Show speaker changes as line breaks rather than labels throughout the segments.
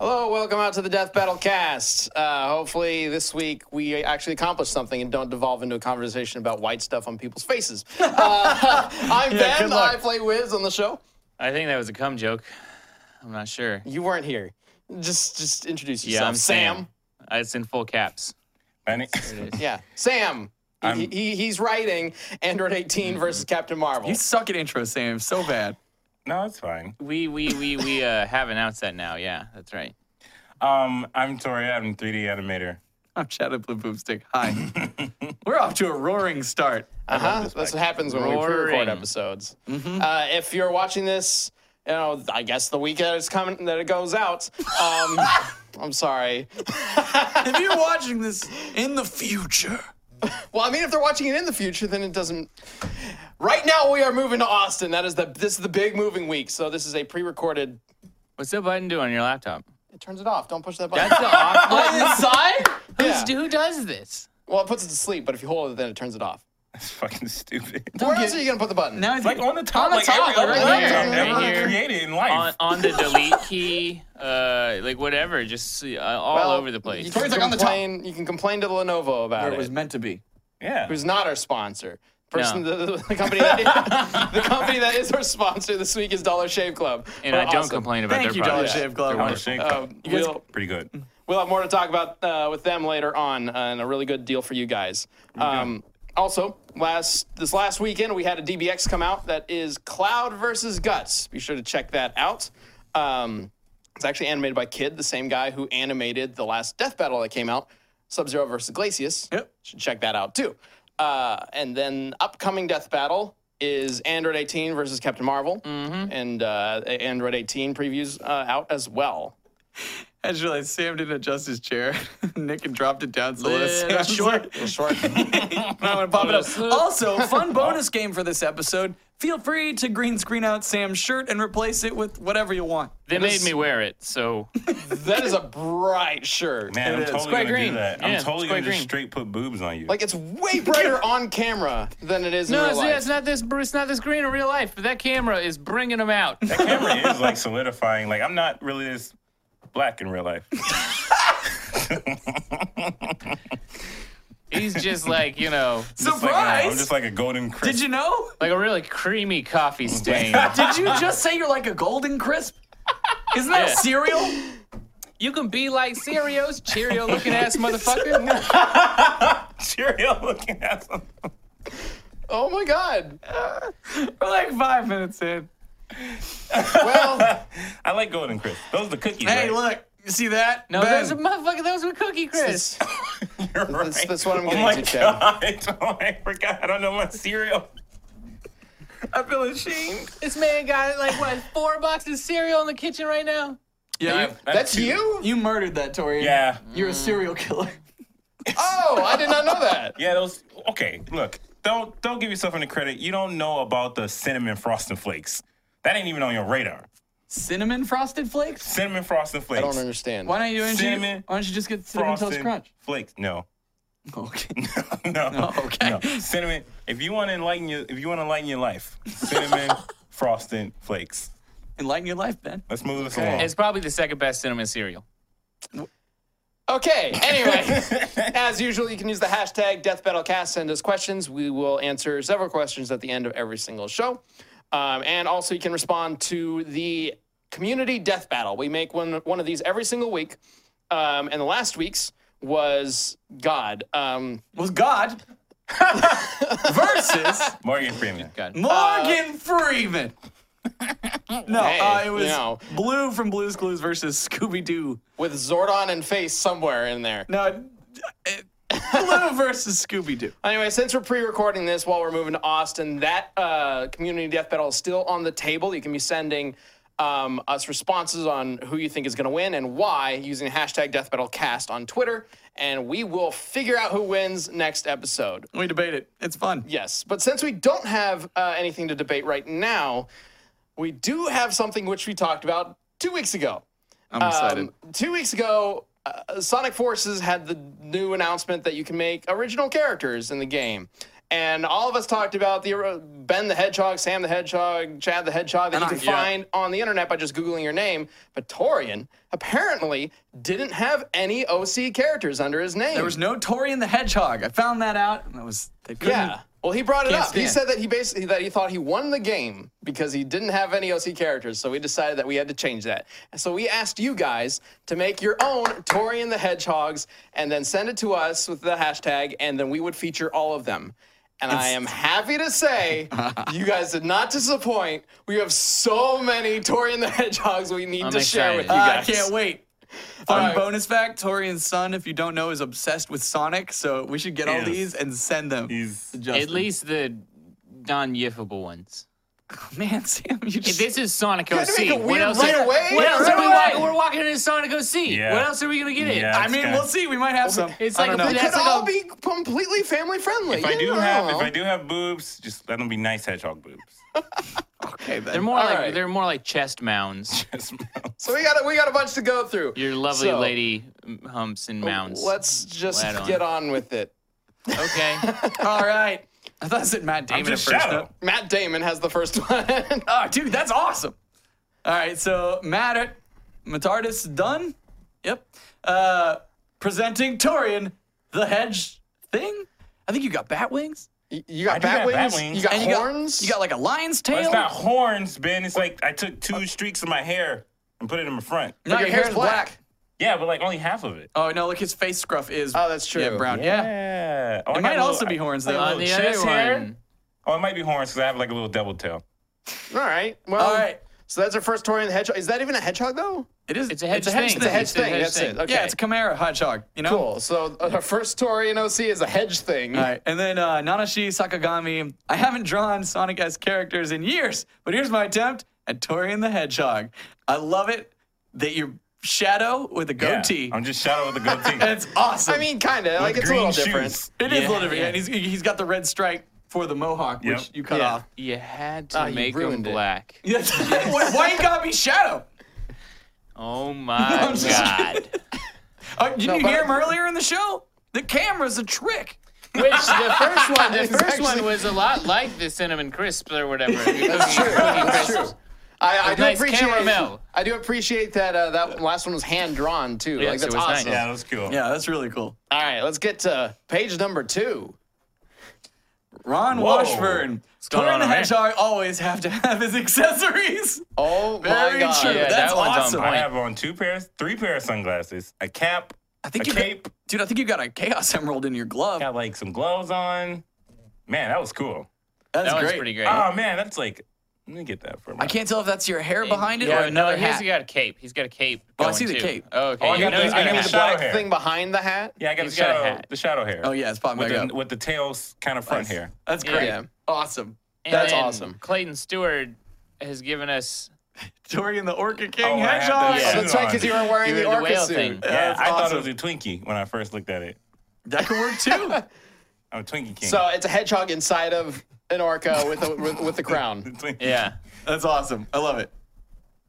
welcome out to the Death Battle cast. Uh, hopefully, this week we actually accomplish something and don't devolve into a conversation about white stuff on people's faces. Uh, I'm
Yeah,
Ben.
good luck.
I play Wiz on the show.
I think that was a cum joke. I'm not sure.
You weren't here. Just, just introduce yourself.
Yeah, I'm Sam. Uh, It's in full caps.
Benny.
Yeah, Sam. He-
I'm-
he, he's writing Android
Mm-hmm.
18 versus Captain Marvel.
You suck at intro, Sam. So bad.
No, it's fine.
We we we we uh, have announced that now. Yeah, that's right.
Um, I'm Tori. I'm a 3D animator.
I'm Shadow Blue Boomstick. Hi. We're off to a roaring start.
Uh huh. That's what happens when we pre-record
Roaring.
episodes.
Mm-hmm.
Uh, if you're watching this, you know, I guess the week that it's coming, that it goes out. Um, I'm sorry.
If you're watching this in the future,
Well, I mean, if they're watching it in the future, then it doesn't. Right now, we are moving to Austin. That is the this is the big moving week. So this is a pre-recorded.
What's that button do on your laptop?
It turns it off. Don't push that button.
That's the off button.
inside?
Yeah.
Who's- Who does this?
Well, it puts it to sleep, but if you hold it, then it turns it off.
It's fucking stupid.
Where else are you gonna put the button?
Now it's
Like on the top,
On the
like
top,
every other
right
laptop
here, right
ever
here.
created in life.
On, on the delete key, uh, like whatever, just uh, all
Well,
over the
You
place.
can,
Tori's like, "On the top."
complain, you can complain to Lenovo about
where
it.
it was meant to be.
yeah.
who's not our sponsor. Person, the, the, the company that the company that is our sponsor this week is Dollar Shave Club.
And
We're
I don't
awesome.
complain about
Thank
their
you, Dollar
products.
Shave Club.
They're
Dollar
wonderful.
Shave
Uh,
Club.
Um,
we'll,
Pretty good.
we'll have more to talk about uh, with them later on, uh, and a really good deal for you guys. Um, also, last this last weekend we had a DBX come out that is Cloud versus Guts. Be sure to check that out. Um, it's actually animated by Kid, the same guy who animated the last Death Battle that came out, Sub Zero versus Glacius.
Yep.
Should check that out too. Uh, and then upcoming Death Battle is Android 18 versus Captain Marvel, and uh, Android 18 previews uh, out as well.
I just realized Sam didn't adjust his chair. Nick and dropped it down so that
Little
Sam's like,
Short.
I'm gonna pop it up.
Little slip.
Also, fun bonus game for this episode. Feel free to green screen out Sam's shirt and replace it with whatever you want.
They made
is-
me wear it, so
That is a bright shirt.
Man, I'm
is.
totally
Quite
gonna
green.
do that.
Yeah,
I'm
it's
totally
quite
gonna just
green.
straight put boobs on you.
Like it's way brighter on camera than it is in
No,
real
see,
life.
it's not this. It's not this green in real life. But that camera is bringing them out.
that camera is like solidifying. Like I'm not really this black in real life.
He's just like you know,
Just like, uh,
Surprise!
I'm just like a golden crisp.
Did you know?
like a really creamy coffee stain.
Did you just say you're like a golden crisp? Isn't that
Yeah.
cereal?
you can be like Cheerios, Cheerio looking ass motherfucker.
Cheerio looking at some.
oh my god.
We're like five minutes in.
Well,
I like golden crisp. Those are the cookies.
Hey,
right?
look, you see that?
No,
Ben,
those are motherfucker. Those were Cookie Crisp.
You're
That's-
right.
that's what I'm
oh
getting
my
to, Chad.
God. Oh, I forgot. I don't know my cereal. I feel ashamed.
This man got like what four boxes of cereal in the kitchen right now.
yeah,
I-
you,
I have
that's
two.
you?
you murdered that, Tori.
Yeah.
You're a serial killer.
Oh, I did not know that.
Yeah, those. Okay, look. Don't don't give yourself any credit. You don't know about the cinnamon frosting flakes. That ain't even on your radar.
Cinnamon frosted flakes?
Cinnamon frosting
I
flakes.
don't understand.
Why don't you, why don't you,
Cinnamon
why don't you just get cinnamon
frosting
toast crunch? Oh,
flakes. No.
Okay.
no.
Oh,
okay.
No. Cinnamon. If you want to enlighten your if you want to lighten your life, cinnamon frosting flakes.
Enlighten your life, Ben.
Let's move this along.
It's probably the second best cinnamon cereal.
Okay, anyway, as usual, you can use the hashtag DeathBattleCast, send us questions. We will answer several questions at the end of every single show. Um, and also, you can respond to the community death battle. We make one, one of these every single week. Um, and the last week's was God. Um,
Was God versus
Morgan Freeman.
God.
Morgan Freeman. Uh, No,
Hey,
uh, it was
you know.
Blue from Blue's Clues versus Scooby Doo.
with Zordon and Face somewhere in there.
No, it, Blue uh, versus Scooby Doo.
Anyway, since we're pre-recording this while we're moving to Austin, that uh, community death battle is still on the table. You can be sending um, us responses on who you think is going to win and why using hashtag Death Battle Cast on Twitter, and we will figure out who wins next episode.
We debate it. It's fun.
Yes, but since we don't have uh, anything to debate right now, we do have something which we talked about two weeks ago.
I'm excited.
Um, two weeks ago, uh, Sonic Forces had the new announcement that you can make original characters in the game. And all of us talked about the uh, Ben the Hedgehog, Sam the Hedgehog, Chad the Hedgehog that
And
you
I-
can
yeah.
find on the internet by just Googling your name. But Torian apparently didn't have any OC characters under his name.
There was no Torian the Hedgehog. I found that out, and that was they couldn't.
Yeah. Well, he brought it
Can't
up. He
stand.
said that he basically that he thought he won the game because he didn't have any OC characters. So we decided that we had to change that. And so we asked you guys to make your own Tori and the Hedgehogs and then send it to us with the hashtag, and then we would feature all of them. And I am happy to say you guys did not disappoint. We have so many Tori and the Hedgehogs we need
I'm
to share with you
excited.
Ah, I
guys.
can't wait. Fun
right.
bonus fact: Torian's son, if you don't know, is obsessed with Sonic. So we should get all
Yes.
these and send them.
He's-
to Justin.
At least the non-yiffable ones.
man, Sam, you
If
just
This is Sonic
had to
OC.
make it
What
weird
else?
right
are,
away?
What
Yeah,
else
right
are we
away.
walking? We're walking into Sonic OC.
Yeah.
What else are we gonna get in?
Yeah.
I mean,
Okay.
we'll see. We might have some.
It's
I
like
don't
a
know.
They
That's
could
like a-
all be completely family friendly.
If I do have, if I do have boobs, just let them be nice hedgehog boobs.
Okay, then.
They're more
All
like
right.
they're more like chest mounds.
That's
So we got a, we got a bunch to go through.
Your lovely
So-
lady humps and mounds.
Let's just
Let on.
get on with it.
Okay.
all right. I thought it said Matt
I'm
Damon at
just
first.
shallow.
Up.
Matt Damon has the first one.
Oh, dude, that's awesome. All right, so Matt Matardis done. Yep. Uh, presenting Torian the hedge thing. I think you got bat wings.
You- you got
do
bat
got bat
wings.
wings.
You got
And you
horns.
Got, you got like a lion's tail.
It's not horns, Ben. It's like I took two streaks of my hair and put it in my front.
No,
your
your
hair's
hair's
black.
black.
Yeah, but like only half of it.
Oh no, look, his face scruff is.
Oh, that's true.
Yeah, brown. Yeah.
Yeah. Oh, I
It
got
might
a little-
also be horns though.
I-
On
Little
the other
chest hair.
one.
Oh, it might be horns because I have like a little devil tail.
All right. Well.
All right.
So that's our first Torian the hedgehog. Is that even a hedgehog though?
It is.
It's a hedge thing.
It's a hedge
It's a
thing.
hedge
that's
thing.
it. Okay.
Yeah, it's a Chimera hedgehog. You know.
cool. So uh, our first Torian OC is a hedge thing.
All right, and then uh, Nanashi Sakagami. I haven't drawn Sonic as characters in years, but here's my attempt at Torian the Hedgehog. I love it that you're Shadow with a
Yeah,
goatee.
I'm just shadow with a goatee.
and it's awesome.
I mean, kind of. Like
With
it's a little
green
different.
shoes.
it is a little different.
yeah.
And he's, he's got the red stripe for the mohawk, which
Yep.
you cut
Yeah.
off.
You had to
you
make him
ruined it.
black.
why, why you gotta be Shadow?
Oh my
I'm just
god.
Uh, did
No,
you
but-
hear him earlier in the show? The camera's a trick.
Which the first one, the
It's
first
actually-
one was a lot like the cinnamon crisp or whatever.
That's true. That's true. I, I
With
do
nice
appreciate.
caramel.
I do appreciate that. Uh, that last one was hand drawn too.
Yes,
like
it
that's
was nice.
awesome.
yeah, that was cool.
Yeah, that's really cool.
All right. Let's get to page number two.
Ron
Whoa.
Washburn.
going
Torian
on
the
over here?
Hedgehog always have to have his accessories.
Oh my
Very
God.
true.
yeah,
That's
that one's on
awesome.
point.
Um, I have on two pairs, three pairs of sunglasses, a cap,
I think
a
you
cape,
Got, dude, I think you got a chaos emerald in your glove.
got like some gloves on. Man, that was cool.
That's
That one's
great.
pretty great.
Oh man, that's like let me get that for
I
my.
can't tell if that's your hair behind it
yeah,
or another
no,
hat.
He's got a cape. He's got a cape.
Oh, I
going
see the
too.
cape.
Oh, okay.
Oh, I
you
got
know
the-
he's got
I got
a
the
the
hat.
shadow
black
hair.
thing behind the hat.
Yeah, I got the
He's got a
shadow,
hat.
the shadow hair.
oh yeah, it's popping
with
back
the,
up.
with the tails kind of front here.
That's
Yeah.
great.
Yeah.
Awesome.
And
That's
then
awesome.
Clayton Stewart has given us
Torian the Orca
Oh,
King
I have to-
Hedgehog.
Oh,
yeah.
that's right, because you were wearing
You
the
were the
orca
whale
suit.
thing.
Yeah,
that's
I thought
awesome.
it was a Twinkie when I first looked at it.
That could work too.
I'm a Twinkie king.
So it's a hedgehog inside of an orca with a with, with the crown.
Twinkie.
yeah.
that's awesome. I love it.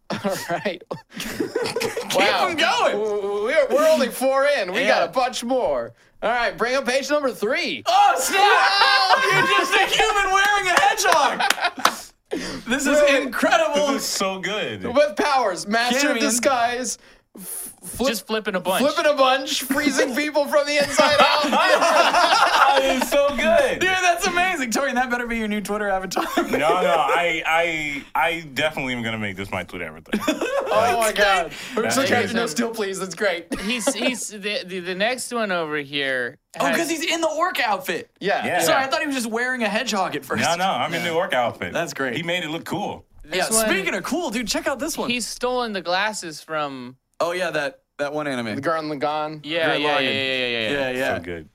All right.
Keep 'em going.
We're, we're only four in. We
Yeah.
got a bunch more. All right, bring up page number three.
Oh snap! You're just a human wearing a hedgehog. This is incredible.
This is so good.
With powers, master of
Carrion.
disguise,
Just flipping a bunch.
flipping a bunch, freezing people from the inside out.
Oh, this is so good.
Dude, that's amazing. Torian, that better be your new Twitter avatar.
No, no, I, I, I definitely am gonna make this my Twitter everything.
Oh my god. We're
That's
still
amazing.
catching no still please. That's great.
he's he's the, the the next one over here.
Oh,
has-
because he's in the orc outfit.
Yeah.
Yeah.
Sorry, I thought he was just wearing a hedgehog at first.
No, no, I'm in New York outfit.
That's great.
He made it look cool.
Yeah,
This one-
speaking of cool, dude, check out this one.
he's stolen the glasses from.
oh yeah, that that one anime.
The Garland Lagan.
Yeah,
Gurren
yeah, yeah, yeah,
Lagann.
yeah, yeah.
yeah, yeah.
So good.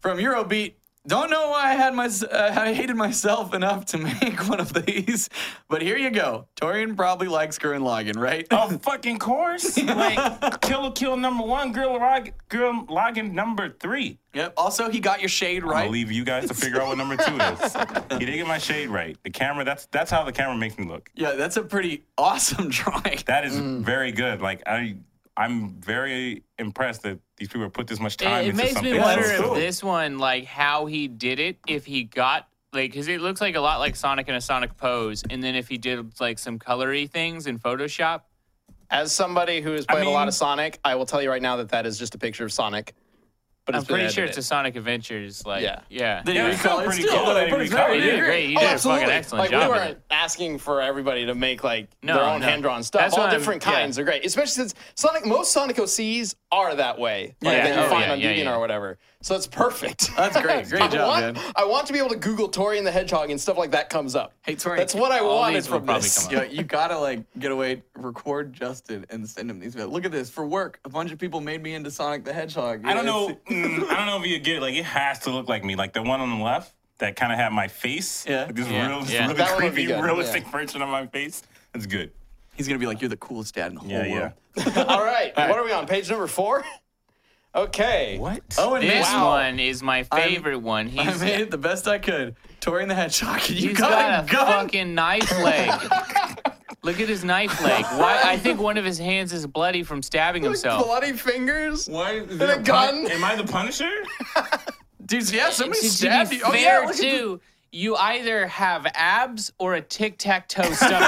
From Eurobeat. Don't know why I had my uh, I hated myself enough to make one of these, but here you go. Torian probably likes Gurren Lagann, right?
Oh, fucking course. Like Kill Kill number one, Girl Log, Girl Logging number three.
Yep. Also, he got your shade
I'll
right.
leave you guys to figure out what number two is. He did get my shade right. The camera. That's that's how the camera makes me look.
Mm.
Yeah, that's a pretty awesome drawing.
That is very good. Like I I'm very impressed that these people put this much time
It, it
into
makes
something.
me wonder
That's
if
cool.
this one, like how he did it, if he got like, because it looks like a lot like Sonic in a Sonic pose, and then if he did like some colory things in Photoshop.
As somebody who has played a lot
mean-
of Sonic, I will tell you right now that that is just a picture of Sonic. But
I'm
it's been
pretty sure it's a
edited.
Sonic Adventures. Like,
Yeah.
yeah, yeah.
They
Yeah, it's still
recolored-
pretty
still,
cool
though,
that they
but it's
recolored
very
it.
good.
You're great. You
Oh,
did a
absolutely.
fucking excellent
like,
job.
We
of
weren't
it.
asking for everybody to make like
No,
their own
no.
hand-drawn stuff.
That's
All
what I'm-
different
yeah.
kinds are great, especially since Sonic. Most Sonic OCs are that way, like,
Yeah.
that you
Oh,
find
yeah,
on
yeah,
Deviant
yeah.
or whatever. So it's perfect.
That's great. Great
I
job,
want,
man.
I want to be able to Google Tori and the Hedgehog and stuff like that comes up.
Hey, Tori,
that's what I
all
wanted
these will
from
probably
this.
come up.
Yo, you gotta like get away, record Justin, and send him these. videos. Look at this for work. A bunch of people made me into Sonic the Hedgehog.
I don't know.
It's-
mm, I don't know if you get it. like it has to look like me. Like the one on the left that kind of had my face.
Yeah.
Like this
Yeah,
real,
yeah.
really
That one would be
creepy,
good,
realistic version of my face. That's good.
He's gonna be like, "You're the coolest dad in the
Yeah,
whole
yeah.
world."
All right, what are we on? Page number four. Okay.
What?
Oh, and
This
wow.
one is my favorite one.
I
He's
made it the best I could. Tori and the Hedgehog. and You
He's
got,
got a
a gun.
fucking knife leg. Look at his knife leg. Why? I think one of his hands is bloody from stabbing himself.
Bloody fingers.
Why? Is
And
there
a gun.
Am I the Punisher?
pun- Dude, yeah, somebody
To- to
stabbed
be
you. Oh, yeah,
fair,
look at the-
too, you either have abs or a tic tac toe stomach.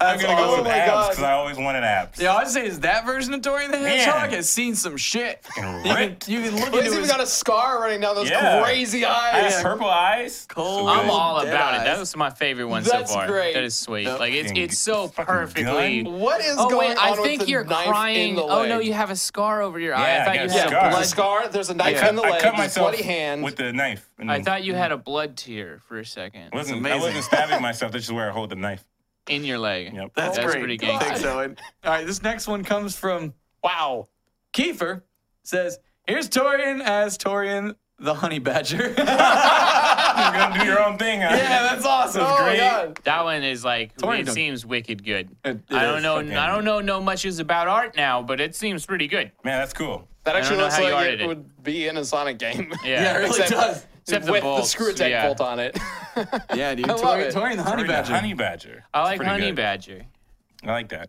I'm gonna
awesome.
go with
Oh my
abs
God.
because I always wanted abs.
Yeah, I'd say is that version of Tori the Hedgehog
Man.
has seen some shit.
Fucking
You can,
ripped.
you can look
He's
into
even
his
got a scar running down those
Yeah.
crazy
I
eyes.
had purple eyes. So
Cold.
I'm
good.
all
Dead
about it.
eyes.
That was my favorite one
That's
so far.
great.
That is sweet.
Yep.
Like it's
Fucking
it's so
fucking
perfectly.
gun.
What is
Oh
going
wait,
on
I
with
think
the
you're
knife in
crying.
the
Oh no,
leg?
you have a scar over your
Yeah,
eye.
I
I thought
got
you
a
had
scar.
a
There's a
blood.
scar. There's a knife
Yeah,
in the
I
leg.
cut
there's
myself
bloody hand.
with the knife. And
I thought you had a blood tear for a second
Mm-hmm. wasn't,
It's
I wasn't
amazing.
stabbing myself. That's just where I hold the knife.
in your leg.
Yep.
That's,
That's
great.
pretty
I think
gangster.
so. And- all right, this next one comes from
wow.
Kiefer. Says, "Here's Torian as Torian the Honey Badger."
You're gonna do your own thing. Huh?
Yeah, that's awesome.
Oh my
great.
god.
That one is like
Torn
it
down.
seems wicked good.
It- it
I don't
is
know.
fucking-
I don't know no much is about art now, but it seems pretty good.
Man, that's cool.
That actually
know
looks
how you
like
arted
it,
it.
would be in a Sonic game.
Yeah.
Yeah, it really
Except-
does.
Except the
with the
bolts,
screw attack
yeah.
bolt on it.
Yeah, dude.
love
Torian,
it.
Torian the Honey
Honey
Badger.
Honey badger.
I
It's
like
pretty
Honey
good.
Badger.
I like that.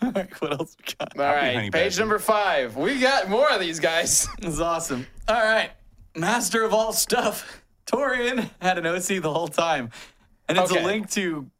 All right, what else we got?
All
honey
right, page
badger.
number five. We got more of these guys.
This is awesome. All right, master of all stuff. Torian had an OC the whole time, and it's
Okay.
a link to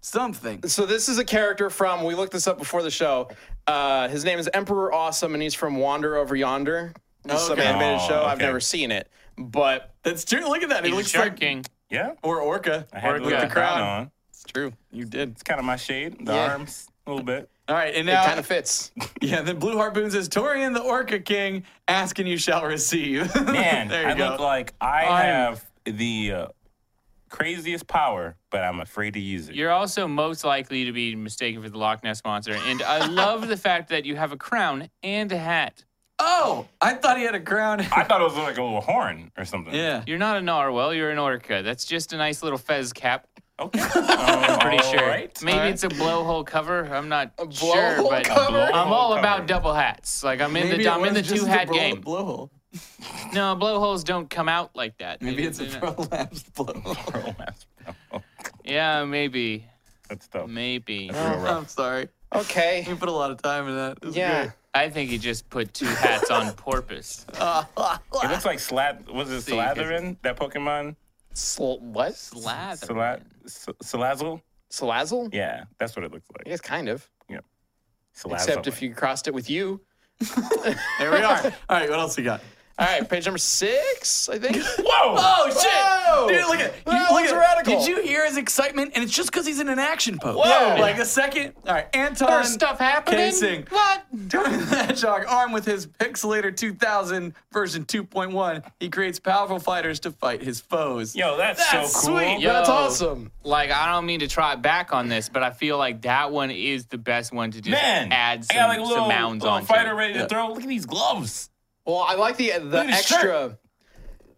something.
So this is a character from. We looked this up before the show. Uh, his name is Emperor Awesome, and he's from Wander Over Yonder. This is some
Okay.
animated
Oh,
show. I've
okay.
never seen it, but
That's true. Look at that. It
He's a
looks
shark
like
king.
Yeah.
or orca.
I had
Or
to look
the
the crown
crown.
on.
It's true. You did.
It's kind of my shade. The
Yeah.
arms a little bit.
All right, and
it
now
kind of fits.
yeah. Then Blue Harpoon says Torian the Orca King, ask and you shall receive.
Man,
there you
I
go.
look like I
I'm-
have the uh, craziest power, but I'm afraid to use it.
You're also most likely to be mistaken for the Loch Ness monster, and I love the fact that you have a crown and a hat.
oh, I thought he had a crown.
I thought it was like a little horn or something.
yeah.
You're not a narwhal. You're an orca. That's just a nice little fez cap.
Okay. I'm
Pretty sure. Maybe
Alright.
it's a blowhole cover. I'm not sure,
blowhole
but
cover?
I'm all
Blowhole
about
cover.
double hats. Like I'm in
Maybe
the
it
I'm in the
was just
two hat
blow-
game.
Blowhole.
No, blowholes don't come out like that.
Maybe it's a
they're not-
prolapsed blowhole.
Yeah, maybe.
That's tough.
Maybe.
Real rough.
I'm sorry.
Okay.
You put a lot of time in that. It was
Yeah.
great.
I think he just put two hats on purpose.
It looks like Slat. Was it
See, 'cause-
Slatherin? That Pokemon?
Sl- what?
Slather.
Slat. S- Salazzle?
Slazzle?
Yeah, that's what it looks
I
like.
guess kind of.
Salazzle.
Except if you crossed it with you.
There we are. All right, what else we got?
All right, page number six, I think.
Whoa!
Oh shit!
Whoa!
Dude, look at you,
That
look
was
at,
radical.
Did you hear his excitement? And it's just because he's in an action pose.
Whoa!
Like a second. All right, Anton.
There's stuff happening.
Casing.
What?
During the Hedgehog, armed with his Pixelator 2000 version 2.1, he creates powerful fighters to fight his foes.
Yo, that's,
That's
so cool.
sweet.
Yo.
That's awesome.
Like I don't mean to trot back on this, but I feel like that one is the best one to just
Man,
add
I
some,
got like a
some
little,
mounds
little
on.
fighter ready
Yeah.
to throw. Look at these gloves.
Well, I like the the
at his
extra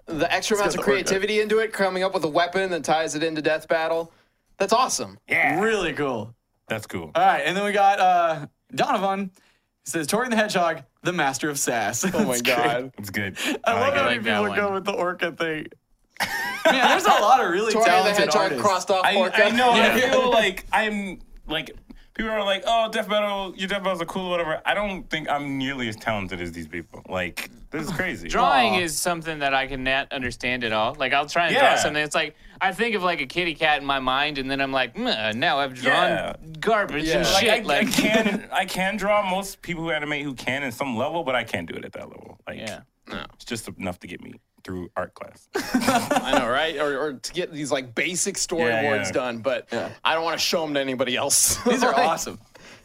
the extra amounts
got
of
the orca.
creativity into it, coming up with a weapon that ties it into death battle. That's awesome.
Yeah,
Really cool.
that's cool.
All right, and then we got uh, Donovan. He says, Tori the Hedgehog, the master of sass. Oh
Oh my god.
It's good.
I love how
it.
many
I like that
people go
one.
with the orca thing. Man, there's a lot of really
Tori the
talented
Hedgehog
artists.
crossed off
I,
Orca.
I know.
Yeah.
I feel like I'm like people are like, oh, death metal, your death metals are cool, or whatever. I don't think I'm nearly as talented as these people. Like this is crazy.
Drawing is something that I cannot understand at all. Like I'll try and draw
Yeah.
something. It's like I think of like a kitty cat in my mind, and then I'm like, "Meh, now I've drawn
Yeah.
garbage
Yeah.
and
Like,
shit.
I, I
like,
can I can draw most people who animate who can in some level, but I can't do it at that level. Like
yeah,
it's just enough to get me through art class.
I know, right? Or, or to get these like basic storyboards
yeah.
done, but I don't want to show them to anybody else.
These are
Like,
awesome.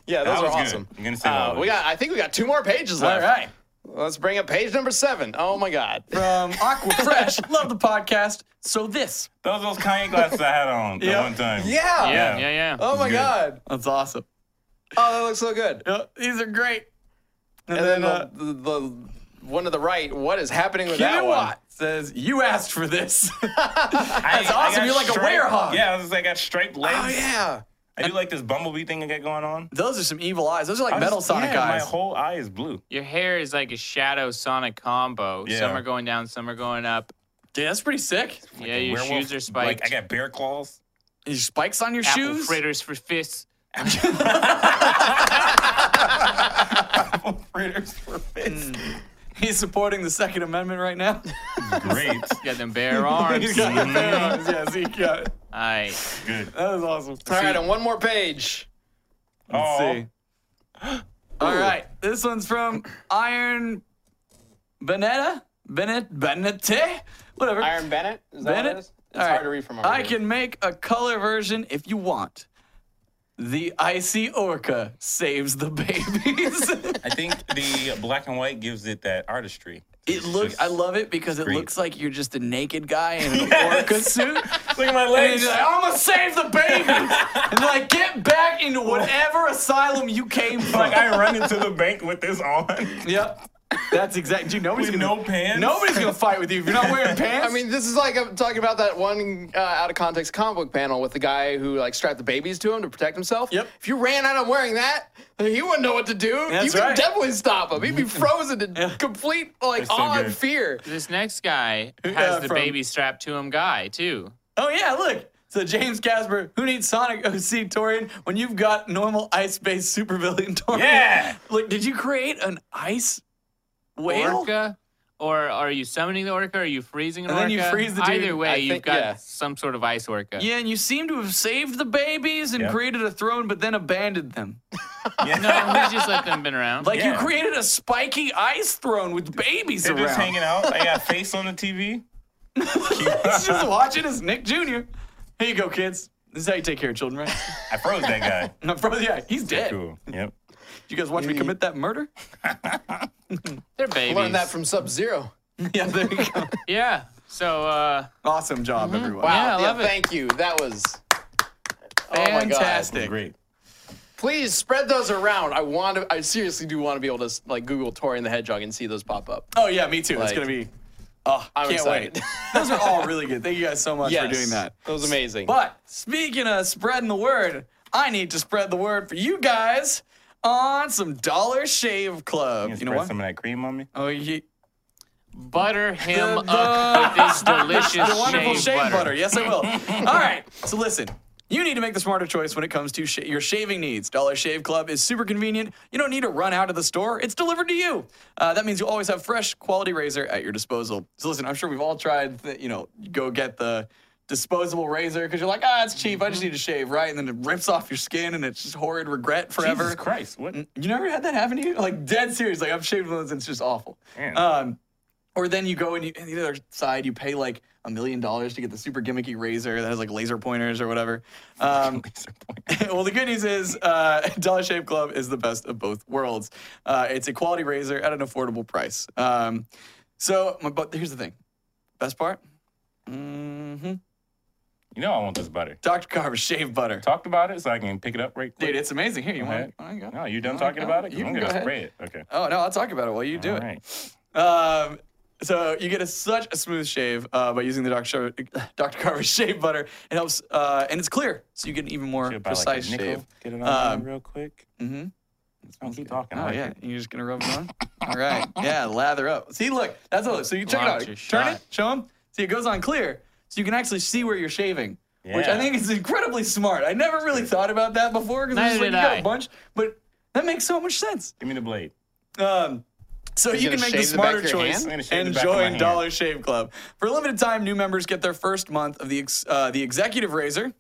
Yeah,
That
those are
was good.
awesome.
I'm gonna say that
uh,
was-
we got. I think we got two more pages
All
left.
right.
Let's bring up page number seven. Oh my God.
From Aqua Fresh, love the podcast. So this.
Those those Kanye glasses I had on that
Yeah.
one time.
Yeah.
yeah, yeah,
Yeah.
yeah.
Oh my
Good.
God.
That's awesome.
Oh, that looks so good.
Yeah, these are great. And,
And
then,
then
uh,
the, the, the one to the right. What is happening with that one?
Kilowatt says, You asked for this.
That's
awesome. You're like a werehog.
Yeah, I was like, I got striped legs.
Oh yeah.
I do like this bumblebee thing I got going on.
Those are some evil eyes. Those are like
I
metal
just-
Sonic
yeah,
eyes.
My whole eye is blue.
Your hair is like a shadow Sonic combo.
Yeah.
Some are going down, some are going up.
Dude, that's pretty sick.
yeah, your
Werewolf,
shoes are spiked.
Like I got bear claws.
Your spikes on your
apple
shoes.
fritters for fists.
Fritters for fists.
He's supporting the Second Amendment right now.
Hmm.
Great. Mm-hmm.
Got them bare arms.
He's got the fair arms. Mm-hmm. Yeah, so you got it.
I
Good.
That was awesome.
All right, and one more page.
Oh,
see. All right. This one's from Iron Benetta? Benet Benete? Whatever.
Iron Bennett. Is that what
Bennett?
it is? It's
All
hard
right.
to read from. over
I
here.
can make a color version if you want. The icy orca saves the babies.
I think the black and white gives it that artistry.
it looks. I love it because it
Great.
looks like you're just a naked guy in an
Yes.
orca suit.
Look at my
And
legs.
he's like, I'm gonna save the babies. and they're like, get back into whatever asylum you came from.
like I run into the bank with this on.
yep. That's exactly. Dude, nobody's
With
gonna
no pants?
Nobody's gonna fight with you if you're not wearing pants.
I mean, this is like I'm talking about that one uh, out of context comic book panel with the guy who like strapped the babies to him to protect himself.
Yep.
If you ran at him wearing that, then he wouldn't know what to do.
That's
you could
right.
definitely stop him. He'd be frozen in complete like
so
awe and
good.
fear.
this next guy has
Yeah,
the
from-
baby strapped to him guy too.
oh yeah, look. So James Casper, who needs Sonic OC Torian when you've got normal ice-based supervillain Torian?
Yeah.
Look, did you create an ice whale?
Orca, or are you summoning the orca? Or are you freezing an
And
orca?
then you freeze the
Either
dude.
way,
I
you've
think-
got
yeah.
some sort of ice orca.
Yeah, and you seem to have saved the babies and
Yep.
created a throne, but then abandoned them.
Yeah.
No, he's just let them been around.
Like
Yeah.
you created a spiky ice throne with babies
They're
around.
just hanging out. I got face on the TV.
He's just watching as Nick Jr. Here you go, kids. This is how you take care of children, right?
I froze that guy.
No, bro, yeah, he's dead. Did
Cool. Yep.
you guys watch me commit that murder?
They're babies.
Learned that from Sub Zero.
yeah, there you go.
yeah. So uh,
Awesome job, everyone.
Wow.
Yeah, I love it.
Thank you. That was. Oh my God.
Fantastic.
Great.
Please spread those around. I want to. I seriously do want to be able to like Google Tori and the Hedgehog and see those pop up.
Oh yeah, me too. it's
Like-
gonna be. Oh,
I'm
can't
excited.
wait. Those are all really good. Thank you guys so much for doing that.
That was amazing.
But speaking of spreading the word, I need to spread the word for you guys on some Dollar Shave Club.
You,
You know
spread
what?
some of that cream on me.
Oh, ye-
butter him
The-
up with this delicious
the wonderful
shaved
shave butter. Yes, I will. All right. So listen, you need to make the smarter choice when it comes to sha- your shaving needs. Dollar Shave Club is super convenient. You don't need to run out of the store. It's delivered to you. Uh, that means you always have fresh, quality razor at your disposal. So listen, I'm sure we've all tried. The, you know, go get the disposable razor because you're like, ah, it's cheap. I just need to shave, right? And then it rips off your skin, and it's just horrid regret forever. Mm,
Jesus Christ. What?
You never had that happen to you? Like dead serious. Like I've shaved those and it's just awful.
Man.
Um, or then you go and you, and the other side, you pay like a million dollars to get the super gimmicky razor that has like laser pointers or whatever. Um,
Laser pointer.
well, the good news is uh, Dollar Shave Club is the best of both worlds. Uh, it's a quality razor at an affordable price. Um, so, my, but here's the thing. Best part,
You know I want this butter.
Dr. Carver's shave butter.
Talked about it so I can pick it up right quick.
Dude, it's amazing. Here, you want
Okay.
it? Oh, you go.
No, you done talking about it?
You
I'm
can go
gonna
ahead.
spray it. Okay.
Oh no, I'll talk about it while you do
All
it.
right.
Um, so you get a, such a smooth shave uh, by using the Dr. Shar- Dr. Carver's shave butter. It helps, uh, and it's clear, so you get an even more
Should buy, like, a
precise
nickel,
shave.
Get it on
Um,
there real quick.
Mm-hmm.
Oh, keep talking. I
Oh
like
yeah,
it.
you're just gonna rub it on. All right, yeah, lather up. See, look, that's all. So you check
Launch
it
your
out. Turn
shot.
it, show them. See, it goes on clear, so you can actually see where you're shaving. which I
Yeah.
think is incredibly smart. I never really thought about that before because
Neither
like, you
did
got
I.
a bunch, but that makes so much sense.
Give me the blade.
Um, so you
gonna
can make the
shave the back
smarter
of your
choice
hand?
I'm gonna shave
and
the back of my
join
hand.
Dollar Shave Club. For a limited time, new members get their first month of the ex- uh, the executive razor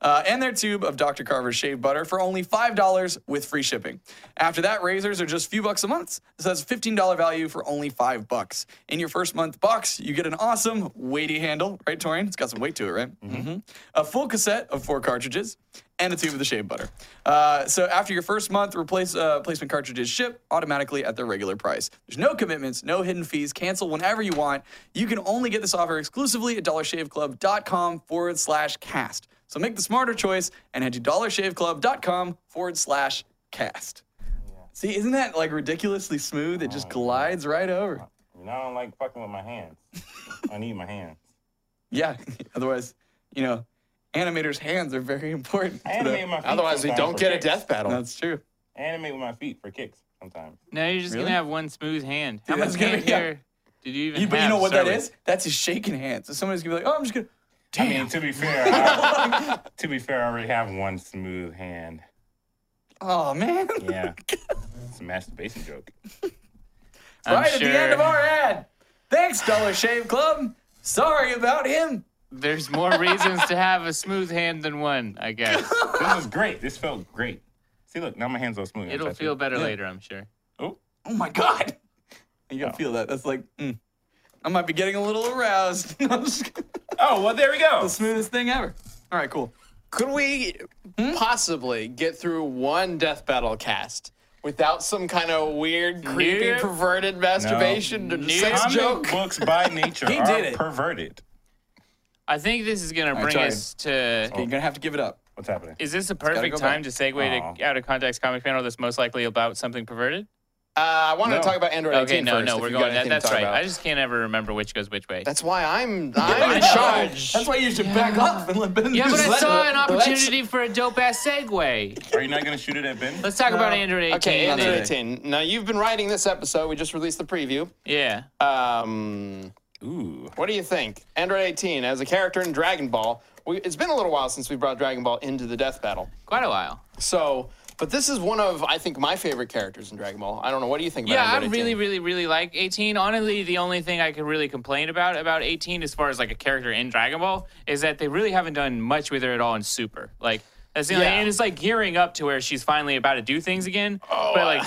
uh, and their tube of Dr. Carver's shave butter for only five dollars with free shipping. After that, razors are just a few bucks a month, so that's fifteen dollar value for only five bucks. In your first month box, you get an awesome weighty handle, right, Torian? It's got some weight to it, right? Mm-hmm. A full cassette of four cartridges and a tube of the shave butter. Uh, so after your first month, replace uh, placement cartridges ship automatically at their regular price. There's no commitments, no hidden fees. Cancel whenever you want. You can only get this offer exclusively at dollarshaveclub.com forward slash cast. So make the smarter choice and head to dollarshaveclub.com forward slash cast. See, isn't that like ridiculously smooth? It just glides right over.
You know, I don't like fucking with my hands. I need my hands.
Yeah. Otherwise, you know, animators' hands are very important.
I
to them.
animate with my feet.
Otherwise, we
sometimes
don't
for
get a
kicks.
death battle.
That's true.
I animate with my feet for kicks sometimes.
No, you're just
Really?
gonna have one smooth hand. How
Dude,
much
that's gonna
hand
be- yeah.
here did you even?
You, but you
have?
know what that
Sorry.
is? That's his shaking hands. So somebody's gonna be like, "Oh, I'm just gonna."
I mean, to be fair, I, to be fair, I already have one smooth hand.
Oh man!
Yeah, it's a masturbation joke.
I'm
right at the end of
sure
our ad. Thanks, Dollar Shave Club. Sorry about him.
There's more reasons to have a smooth hand than one, I guess.
This was great. This felt great. See, look, now my hands are smooth.
It'll feel better later, I'm sure.
Oh,
Oh my god! You can feel that. That's like, mm. I might be getting a little aroused. I'm just kidding.
oh, well, there we go.
Smoothest thing ever. All right, cool.
Could we possibly get through one death battle cast without some kind of weird, creepy,
Nope.
perverted masturbation to sex
Comic
joke?
books by nature
He
are
did it.
perverted.
I think this is gonna
right,
bring
try
us to.
Okay, you're gonna have to give it up.
What's happening?
Is this a perfect
go
time
back.
to segue to
Aw.
out of context comic panel that's most likely about something perverted?
Uh, I wanted
No.
to talk about Android
Okay,
18
no,
first,
no,
if
we're
you've got
going. That,
anything to
that's
talk
right.
about.
I just can't ever remember which goes which way.
That's why I'm
I
I'm in
know.
charge.
That's why you should back off and let Ben.
yeah, but
just
I
let-
saw an
let-
opportunity for a dope ass segue.
Are you not gonna shoot it at Ben?
Let's talk about Android 18.
Okay,
and-
Android 18. Now you've been writing this episode. We just released the preview.
Yeah.
Um,
Ooh,
what do you think? Android 18 as a character in Dragon Ball. We, it's been a little while since we brought Dragon Ball into the death battle.
Quite a while.
So, but this is one of I think my favorite characters in Dragon Ball. I don't know. What do you think about?
Yeah, I
Android 18?
really, really, really like 18. Honestly, the only thing I could really complain about about 18, as far as like a character in Dragon Ball, is that they really haven't done much with her at all in Super. Like that's the only,
Yeah.
and it's like gearing up to where she's finally about to do things again. but like,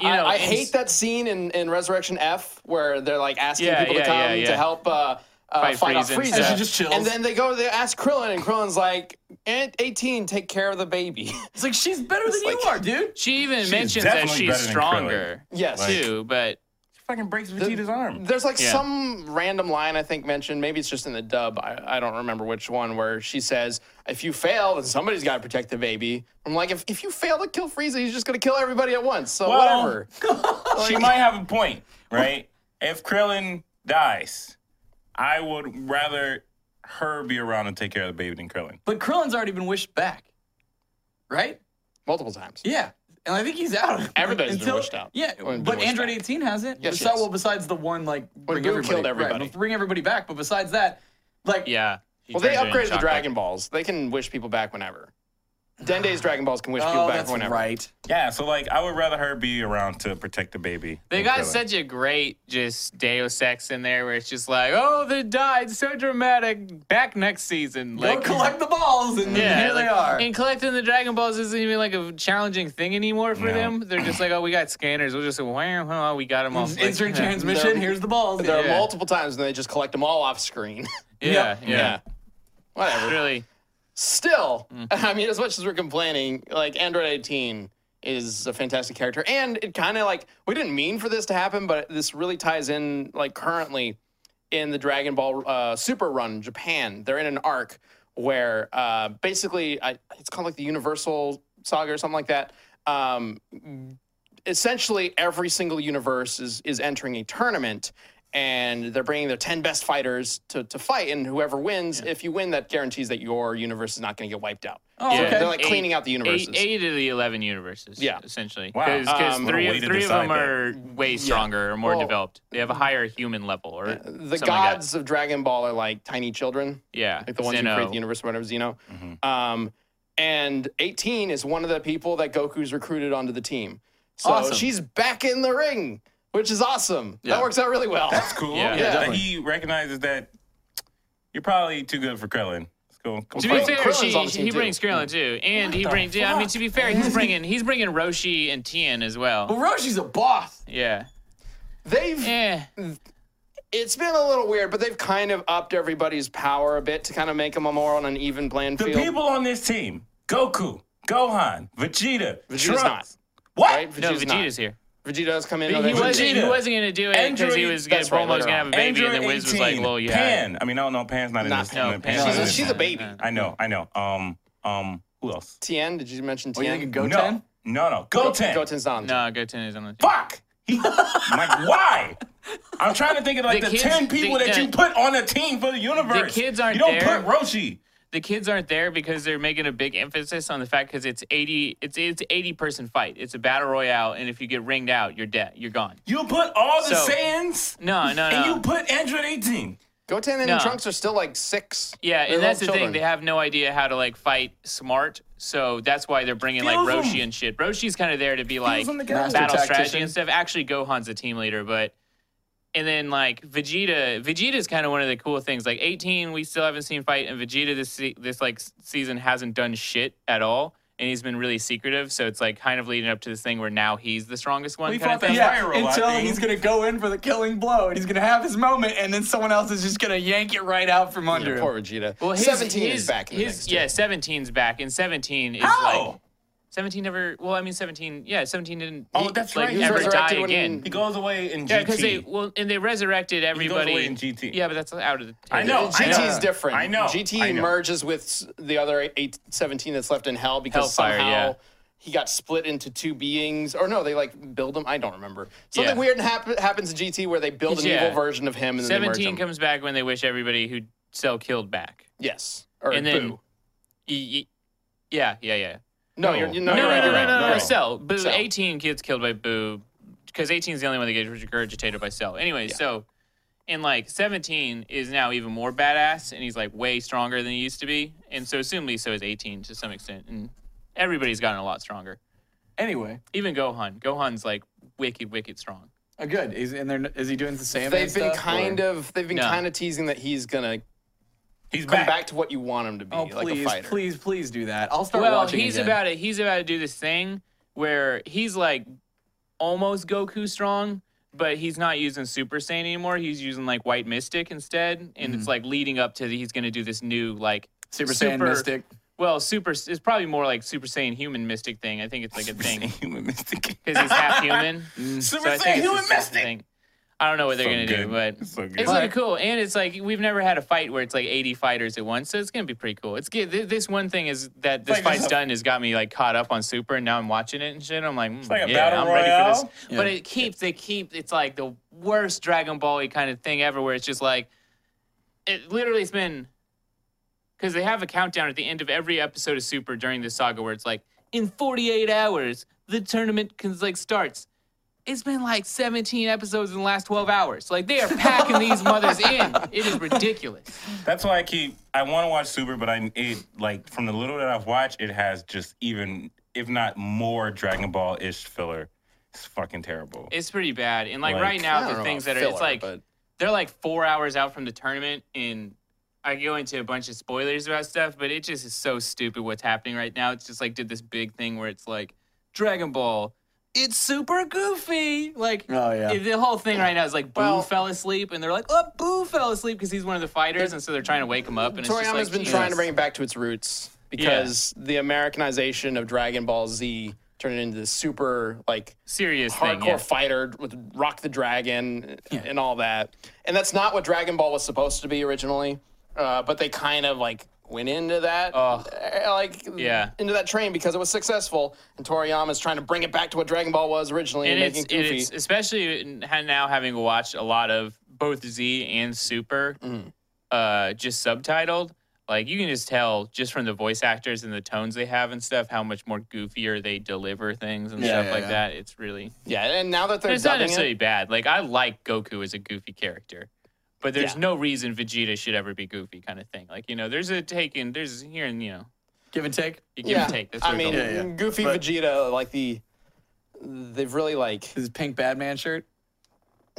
you know,
Oh, I, I
and-
hate that scene in, in Resurrection F where they're like asking
Yeah,
people
yeah,
to come
yeah, yeah.
to help uh, uh,
Fight
fight, off
Frieza and
Frieza.
stuff. And
she just chills.
And then they go, they ask Krillin, and Krillin's like, "Aunt 18, take care of the baby.
uh,
It's like she's better than
like-
you are, dude.
She even mentions that
definitely
she's
better than
stronger
yes.
too, but
fucking breaks Vegeta's arm.
There's like
Yeah.
some random line I think mentioned. Maybe it's just in the dub. I, I don't remember which one where she says, "If you fail, then somebody's got to protect the baby." I'm like, if, if you fail to kill Frieza, he's just gonna kill everybody at once. So
Well-
whatever.
she might have a point, right? if Krillin dies, I would rather her be around and take care of the baby than Krillin.
But Krillin's already been wished back, right?
Multiple times.
Yeah, and I think he's out.
Everybody's been wished out.
Yeah,
Or been
but
wished
Android
back.
18 hasn't.
Yes,
Besi-
yes.
Well, besides the one like bring
Boo
everybody,
killed
right,
everybody.
bring everybody back. But besides that, like
yeah. she
Well, they
turns her into
upgraded the
chocolate.
Dragon Balls. They can wish people back whenever. Dende's Dragon Balls can wish people
oh,
back
that's
whenever.
right.
Yeah, so like I would rather her be around to protect the baby.
They
than
got
Krillin.
such a great just Deus Ex in there where it's just like, oh, they died, so dramatic. Back next season, like
Go collect the balls, and
yeah,
here
like,
they are.
And collecting the Dragon Balls isn't even like a challenging thing anymore for
No.
them. They're just like, oh, we got scanners. We'll just wow, wow, we got them all. Like,
Insert transmission.
They're-
Here's the balls.
There
Yeah.
are multiple times when they just collect them all off screen.
Yeah, yeah,
yeah. Whatever.
Really,
Still, I mean, as much as we're complaining, like Android 18 is a fantastic character, and it kind of like we didn't mean for this to happen, but this really ties in like currently in the Dragon Ball uh, Super Run Japan. They're in an arc where uh, basically I, it's called like the Universal Saga or something like that. Um, essentially every single universe is is entering a tournament and they're bringing their 10 best fighters to, to fight and whoever wins if you win that guarantees that your universe is not going to get wiped out
Oh,
Yeah,
okay.
They're like cleaning out the universes.
Eight, eight of the eleven universes.
Yeah.
essentially.
Wow.
Because
Um,
What a
three,
way
of-
to
three of them
decide that.
are way stronger or more
Well,
developed. They have a higher human level or
Uh, the
something like that.
gods of Dragon Ball are like tiny children,
Yeah,
like the ones who
Zeno.
create the universe, or whatever Xeno. Um, and 18 is one of the people that Goku's recruited onto the team. So
Awesome.
she's back in the ring, which is awesome.
Yeah.
That works out really well.
That's cool.
Yeah. Yeah,
that
definitely.
he recognizes that you're probably too good for Krillin. Let's go. Come
To
fight
be
me.
fair,
Krillin's
she,
on the team
he
too.
brings Krillin too, and he
the
brings. Yeah, I mean,
fuck?
to be fair, he's bringing he's bringing Roshi and Tien as well.
Well, Roshi's a boss.
Yeah, Eh.
They've
yeah.
it's been a little weird, but they've kind of upped everybody's power a bit to kind of make them more on an even playing
The
field.
people on this team: Goku, Gohan, Vegeta,
Vegeta's
Trunks.
not.
What?
right?
No,
not.
Vegeta's here.
Vegeta's come in.
He,
on that-
wasn't. He
Vegeta.
wasn't gonna do it because he
Android-
was gonna,
that's right,
Bulma was
later
gonna have a
on.
baby,
Android
and then Wiz was like,
18,
"Well, yeah."
Pan. I mean, no, no, Pan's not in
Not-
this.
No,
no,
Pan
not
she's,
in
a,
this.
she's a baby.
I know, I know. Um, um, who else?
Tien, did you mention
Oh, you
Tien?
think Goten?
No, no, no. Goten.
Goten's not. on the team.
No, Goten is on the team.
Fuck. He, I'm like, why? I'm trying to think of like
The
the,
kids-
ten people
the-
that
the-
you put on a team for the universe.
kids aren't
You don't
there.
put Roshi.
the kids aren't there because they're making a big emphasis on the fact because it's 80 it's it's 80 person fight it's a battle royale and if you get ringed out you're dead you're gone
You put all the
So-
Saiyans.
no no
And
no
you put Android 18.
Goten and
No.
Trunks are still like six.
yeah
They're
and that's the
little
thing they
children.
have no idea how to like fight smart so that's why they're bringing like
Fuse 'em.
roshi and shit roshi's kind of there to be like
Fuse 'em together.
battle
Master
strategy
tactician.
and stuff actually gohan's a team leader but and then like Vegeta, Vegeta's kind of one of the cool things. Like 18, we still haven't seen fight, and Vegeta this se- this like s- season hasn't done shit at all, and he's been really secretive. So it's like kind of leading up to this thing where now he's the strongest one.
We
kind of
fought
thing.
that
Yeah,
Viral, I
until
think.
he's gonna go in for the killing blow, and he's gonna have his moment, and then someone else is just gonna yank it right out from under him.
Poor Vegeta.
Well, his,
17
his-
is back in the
his-
mix. too.
yeah, 17's back, and 17 is
How?
like 17 never. Well, I mean 17. Yeah, 17 didn't.
Oh,
he-
that's
like,
right, he was
Never die
resurrected when-
again.
he goes away in GT.
Yeah, because they well, and they resurrected everybody.
away in GT.
Yeah, but that's out of the.
I know.
GT
I know.
is different.
I know.
GT
I know.
merges with s- the other eight, 17 that's left in hell because
Hellfire,
somehow
yeah.
he got split into two beings. Or no, they like build him. I don't remember. Something
Yeah.
weird hap- happens in GT where they build an
Yeah.
evil version of him and then they merge him.
17 comes back when they wish everybody who Cell killed back.
yes. Or
and then
Boo.
Y- y- yeah, yeah, yeah.
No, you're, you no,
No,
you're
no,
right,
no,
you're
no,
right,
no,
you're
no,
right.
Cell. Boo.
Cell.
18 kids killed by Boo because 18 is the only one that gets regurgitated by Cell. Anyway, so and like 17 is now even more badass and he's like way stronger than he used to be, and so assumably so is 18 to some extent, and everybody's gotten a lot stronger.
Anyway,
Even Gohan. Gohan's like wicked, wicked strong.
uh, good. Is and they're, is he doing the same?
They've been kind of they've been
No.
kind of teasing that he's gonna
He's
come
back.
back. to what you want him to be,
Oh,
like a
please,
fighter.
please, please do that. I'll start
Well,
watching.
he's
again.
about to he's about to do this thing where he's like almost Goku strong, but he's not using Super Saiyan anymore. He's using like White Mystic instead, and
Mm-hmm.
it's like leading up to the, he's going to do this new like
Super Saiyan Mystic.
Well, Super it's probably more like Super Saiyan Human Mystic thing. I think it's like a thing
Human Mystic.
because he's half human.
Super
So I
Saiyan
think it's
Human
just a
Mystic.
thing. I don't know what they're
So
gonna do,
good.
but it's,
It's so good.
gonna be cool. And it's like we've never had a fight where it's like 80 fighters at once, so it's gonna be pretty cool. It's good. Th- this one thing is that this
like
fight's
a-
done has got me like caught up on Super, and now I'm watching it and shit. I'm like, mm,
like a
yeah,
battle
I'm ready for this.
royale.
But
Yeah.
it keeps they keep it's like the worst Dragon Ball y kind of thing ever, where it's just like it literally has been because they have a countdown at the end of every episode of Super during this saga where it's like in 48 hours the tournament can like starts. It's been like 17 episodes in the last 12 hours. Like they are packing these mothers in. It is ridiculous.
That's why I keep. I want to watch Super, but I it like from the little that I've watched, it has just even if not more Dragon Ball ish filler. It's fucking terrible.
It's pretty bad. And like,
Like,
right
I
now
don't
the
know
things that
about
are it's
filler,
like
but-
they're like four hours out from the tournament and i go into a bunch of spoilers about stuff but it just is so stupid what's happening right now it's just like did this big thing where it's like dragon ball it's super goofy like
Oh, yeah.
it- the whole thing right now is like boo
Well-
fell asleep and they're like oh boo fell asleep because he's one of the fighters and so they're trying to wake him up and it's just
Toriyama's
like,
been
Jesus.
trying to bring it back to its roots because the Americanization of Dragon Ball Z turned it into this super like
serious
hardcore
thing yeah.
fighter with Rock the Dragon and all that. And that's not what Dragon Ball was supposed to be originally, uh, but they kind of like went into that
Ugh.
uh, like
Yeah.
into that train because it was successful and Toriyama's trying to bring it back to what Dragon Ball was originally and,
and it's,
making
and
goofy.
it's especially in- ha- now having
Mm-hmm.
watched a lot of both Z and Super, uh, just subtitled. Like you can just tell just from the voice actors and the tones they have and stuff how much more goofier they deliver things and
Yeah,
stuff
yeah,
like
yeah.
that. It's really
Yeah, and now that they're
it's not
dubbing
necessarily
it,
bad. Like I like Goku as a goofy character, but there's
Yeah.
no reason Vegeta should ever be goofy kind of thing. Like you know, there's a take and there's here and you know
Give and take.
you give
yeah,
and take. That's
I
what
mean,
it's all
Yeah, yeah.
Goofy
But-
Vegeta, like the, they've really like
His pink Batman shirt.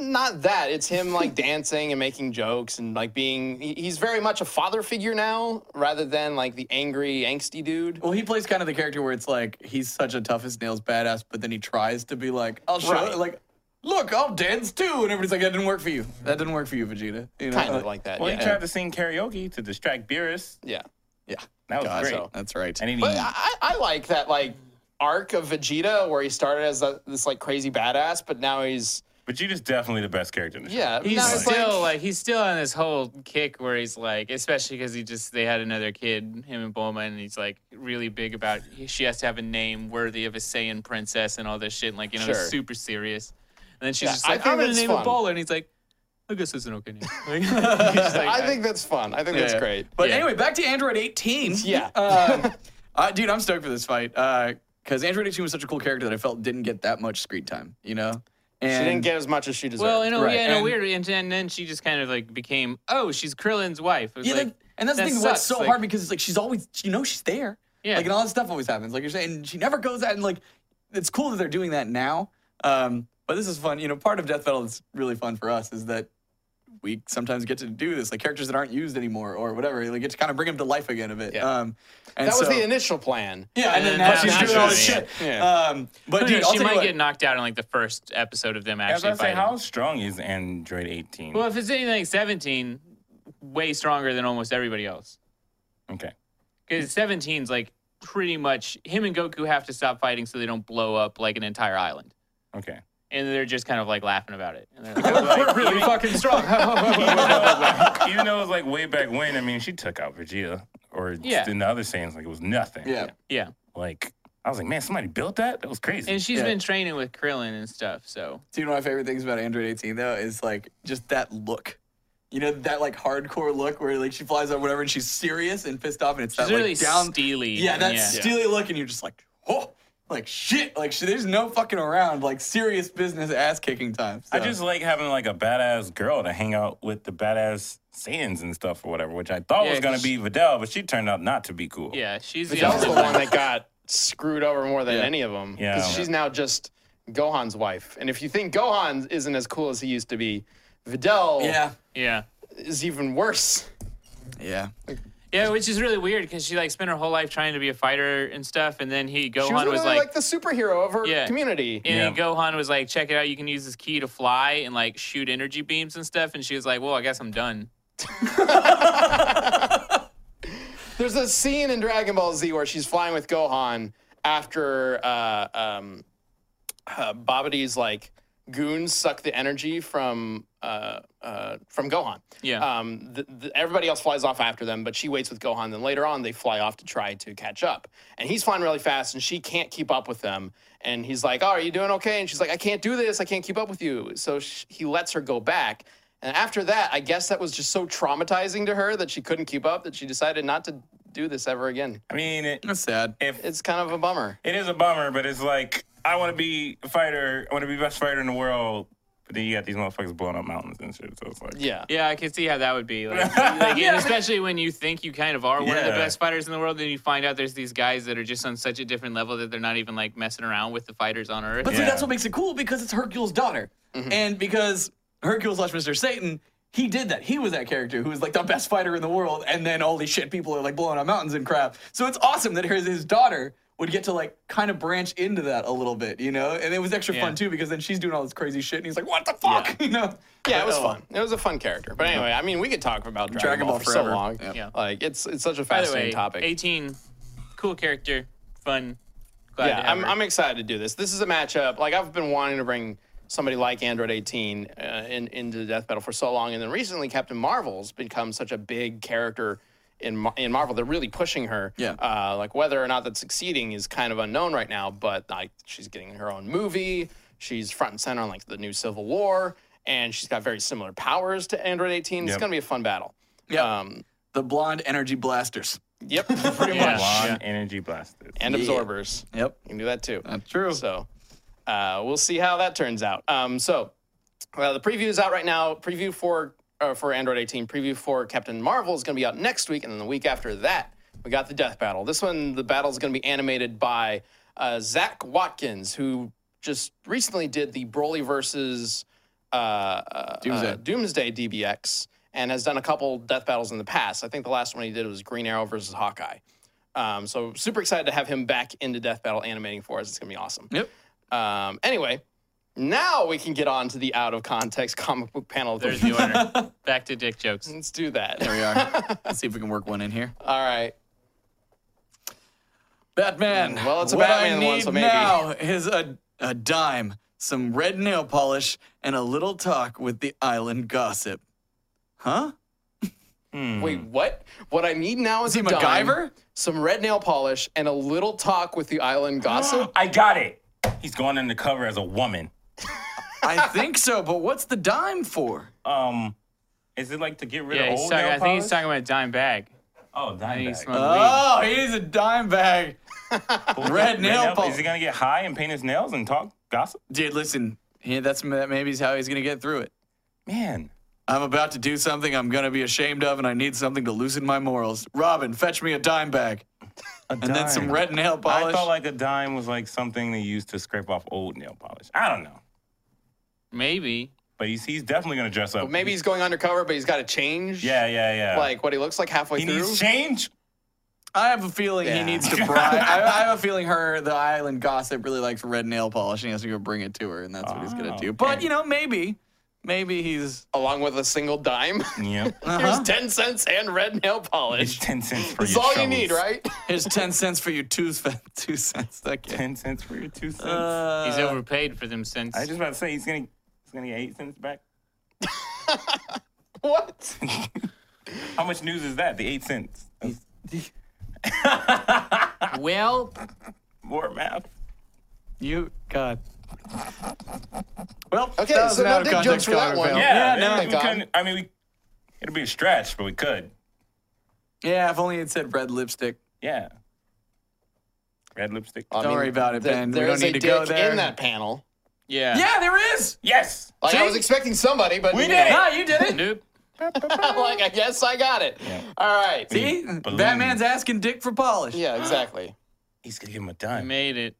not that. It's him like dancing and making jokes and like being. he- He's very much a father figure now, rather than like the angry, angsty dude.
Well, he plays kind of the character where it's like he's such a tough as nails badass, but then he tries to be like, I'll show
Right.
like, look, I'll dance too, and everybody's like, that didn't work for you. That didn't work for you, Vegeta. You know,
Kind of like that.
Well, he
yeah.
tried to sing karaoke to distract Beerus.
yeah.
yeah,
That was
God,
great.
so-
that's right.
And then he,
But I, I I like that like arc of Vegeta where he started as a, this like crazy badass, but now he's
Vegeta's definitely the best character in the show.
yeah.
He's
now it's like-
still like, he's still on this whole kick where he's like, especially because he just they had another kid, him and Bulma, and he's like really big about he- she has to have a name worthy of a Saiyan princess and all this shit, and like you know, he's
Sure.
super serious. And then she's
Yeah,
just
I
like,
think
I'm gonna
that's
name
fun.
it Bowler, and he's like, I guess that's an okay name. Like, he's just like,
I think that's fun. I think that's
Yeah.
great.
But
Yeah.
anyway, back to Android 18.
Yeah.
Um, I- dude, I'm stoked for this fight because Android 18 was such a cool character that I felt didn't get that much screen time. You know, and
she didn't get as much as she deserved.
Well, in a,
Right,
yeah, in a
and-
weird, and, and then she just kind of like became, oh, she's Krillin's wife. It was
Yeah,
like,
that- and that's the
that
thing. What's so
sucks, like-
hard because it's like she's always, you know, she's there.
Yeah.
Like and all that stuff always happens. Like you're saying, and she never goes out. And like, it's cool that they're doing that now. Um, but this is fun. You know, part of Death Battle that's really fun for us is that we sometimes get to do this, like characters that aren't used anymore or whatever. Like get to kind of bring them to life again a bit.
Yeah.
Um, and
that was
so-
the initial plan.
yeah, and, then
And
now
then
she's
now
doing all
she's
this
doing
shit.
it. Yeah.
Um, but
Who
dude,
knows,
I'll
Oh, she
tell you
might
what.
get knocked out in like the first episode of them
As
actually
I say,
fighting.
how strong is Android 18?
Well, if it's anything like 17, way stronger than almost everybody else.
okay.
Because 17's like pretty much him and Goku have to stop fighting so they don't blow up like an entire island.
Okay.
And they're just kind of like laughing about it. And they're like,
Like,
really fucking strong.
even, though, like, even though it was like way back when, I mean, she took out Vegeta or
Yeah.
in the other Saiyans, like it was nothing.
yeah.
yeah.
Like, I was like, man, somebody built that? That was crazy.
And she's
Yeah.
been training with Krillin and stuff. So
Dude, one of my favorite things about Android 18 though is like just that look. You know that like hardcore look where like she flies up whatever and she's serious and pissed off and it's
she's
that
really
like down.
steely.
yeah, that
yeah.
steely look and you're just like, oh, like shit, like she, there's no fucking around, like serious business ass kicking time.
I
so.
just like having like a badass girl to hang out with the badass Saiyans and stuff or whatever, which I thought
Yeah,
was gonna
'cause
be Videl, but she turned out not to be cool.
Yeah, she's the
That was the
only one.
one that got screwed over more than
Yeah.
any of them.
Yeah.
she's now just Gohan's wife. And if you think Gohan isn't as cool as he used to be, Videl
yeah,
Yeah.
is even worse.
yeah,
Yeah, which is really weird because she like spent her whole life trying to be a fighter and stuff, and then he Gohan
She was,
was,
literally like,
like
the superhero of her
Yeah.
community.
And then Gohan was like, check it out. You can use this key to fly and like shoot energy beams and stuff. And she was like, well, I guess I'm done.
There's a scene in Dragon Ball Z where she's flying with Gohan after uh, um, uh, Babidi's like goons suck the energy from uh, uh, from Gohan.
Yeah.
Um, the, the, everybody else flies off after them, but she waits with Gohan. Then later on, they fly off to try to catch up, and he's flying really fast, and she can't keep up with them. And he's like, "Oh, are you doing okay?" And she's like, "I can't do this. I can't keep up with you." So sh- he lets her go back. And after that, I guess that was just so traumatizing to her that she couldn't keep up that she decided not to do this ever again.
I mean, it,
that's sad.
if
It's kind of a bummer.
it is a bummer, but it's like I want to be a fighter. I want to be best fighter in the world. But then you got these motherfuckers blowing up mountains and shit. So it's like,
Yeah.
Yeah, I can see how that would be. Like, like, and especially when you think you kind of are one of the
Yeah.
best fighters in the world, then you find out there's these guys that are just on such a different level that they're not even like messing around with the fighters on Earth.
But see,
Yeah.
that's what makes it cool because it's Hercule's daughter.
Mm-hmm.
And because Hercule slash Mr. Satan, he did that. He was that character who was like the best fighter in the world. And then all these shit people are like blowing up mountains and crap. So it's awesome that his, his daughter would get to like kind of branch into that a little bit, you know? And it was extra fun
Yeah.
too because then she's doing all this crazy shit and he's like, what the fuck? You know?
Yeah, it was
Oh.
fun. It was a fun character. But anyway, I mean, we could talk about Dragon,
Dragon
Ball,
Ball
for so
forever.
long.
Yep.
Yeah.
Like it's it's such a
By the
fascinating
way,
topic.
18, cool character, fun. Glad to
yeah,
have
I'm,
her.
I'm excited to do this. This is a matchup. Like I've been wanting to bring somebody like Android 18 uh, in, into the Death Battle for so long, and then recently Captain Marvel's become such a big character in Mar- in Marvel. They're really pushing her.
Yeah.
Uh, like whether or not that's succeeding is kind of unknown right now, but like she's getting her own movie. She's front and center on like the new Civil War, and she's got very similar powers to Android 18. It's
Yep.
oh,
gonna be a fun battle.
Yeah.
Um,
the blonde energy blasters.
Yep, pretty
Yeah.
much.
Blonde energy blasters.
And
Yeah.
absorbers.
Yep.
You can do that too.
That's true.
So uh, we'll see how that turns out. Um, so uh, the preview is out right now. Preview for uh, for Android 18. Preview for Captain Marvel is going to be out next week, and then the week after that, we got the Death Battle. This one, the battle is going to be animated by uh, Zach Watkins, who just recently did the Broly versus uh, uh,
Doomsday.
uh, Doomsday DBX, and has done a couple Death Battles in the past. I think the last one he did was Green Arrow versus Hawkeye. Um, so super excited to have him back into Death Battle animating for us. It's gonna be awesome.
Yep.
Um, anyway, now we can get on to the out of context comic book panel. of the
There's
week.
the order. Back to dick jokes.
Let's do that.
There we are. Let's see if we can work one in here.
All right.
Batman.
Mm, well, it's a
what
Batman
I
one,
need
so maybe.
now is a, a dime, some red nail polish, and a little talk with the island gossip. Huh?
Wait, what? What I need now is
Is he
a dime,
MacGyver?
some red nail polish, and a little talk with the island gossip.
I got it. He's going undercover as a woman.
I think so, but what's the dime for?
Um, is it like to get rid
Yeah,
of
he's
old
talking,
nail
I think he's
polish?
talking about a dime bag.
Oh,
I think
dime
he's
bag.
smoking weed.
Oh, he's a dime bag.
But
red
what-
nail polish.
Is he gonna get high and paint his nails and talk gossip?
Dude, listen, yeah, that's that maybe is how he's gonna get through it.
Man,
I'm about to do something I'm gonna be ashamed of, and I need something to loosen my morals. Robin, fetch me a dime bag,
a
and then some
dime.
red nail polish.
I felt like a dime was like something they used to scrape off old nail polish. I don't know,
Maybe.
but he's he's definitely gonna dress up.
But maybe he's going undercover, but he's got to change.
Yeah, yeah, yeah.
Like what he looks like halfway
he
through.
needs change.
I have a feeling
Yeah.
he needs to bribe. I, I have a feeling her, the island gossip, really likes red nail polish, and he has to go bring it to her, and that's what he's gonna
Oh,
do. But
okay.
you know, maybe, maybe he's uh-huh.
along with a single dime.
Yep.
Here's ten cents and red nail
Uh-huh. It's
polish.
ten cents for
That's
your
all you
shovels.
need, right?
here's ten cents for your two fe- two cents. Okay.
Ten cents for your two cents.
Uh,
He's overpaid for them since.
I was just about to say he's gonna he's gonna get eight cents back.
what?
How much news is that? The eight cents. That's
well,
more math.
You God. Well,
Okay,
that was
so
an
no
out of
dick jokes
context
for that
comic
one.
fail.
Yeah,
no.
maybe we
God.
couldn't- I mean, we, it'd be a stretch, but we could.
Yeah, if only it said red lipstick.
Yeah. Red lipstick.
Don't
worry about it, Ben. We
There
don't
is
need
a
to go
dick
there.
in that panel.
yeah.
Yeah, there is.
Yes.
Like I
See?
was expecting somebody, but
We
you
did
know,
No, you did it.
Nope.
like I guess I got it. All right.
See,
Balloon.
Batman's asking Dick for polish.
Yeah, exactly.
He's gonna give him a dime.
Made it.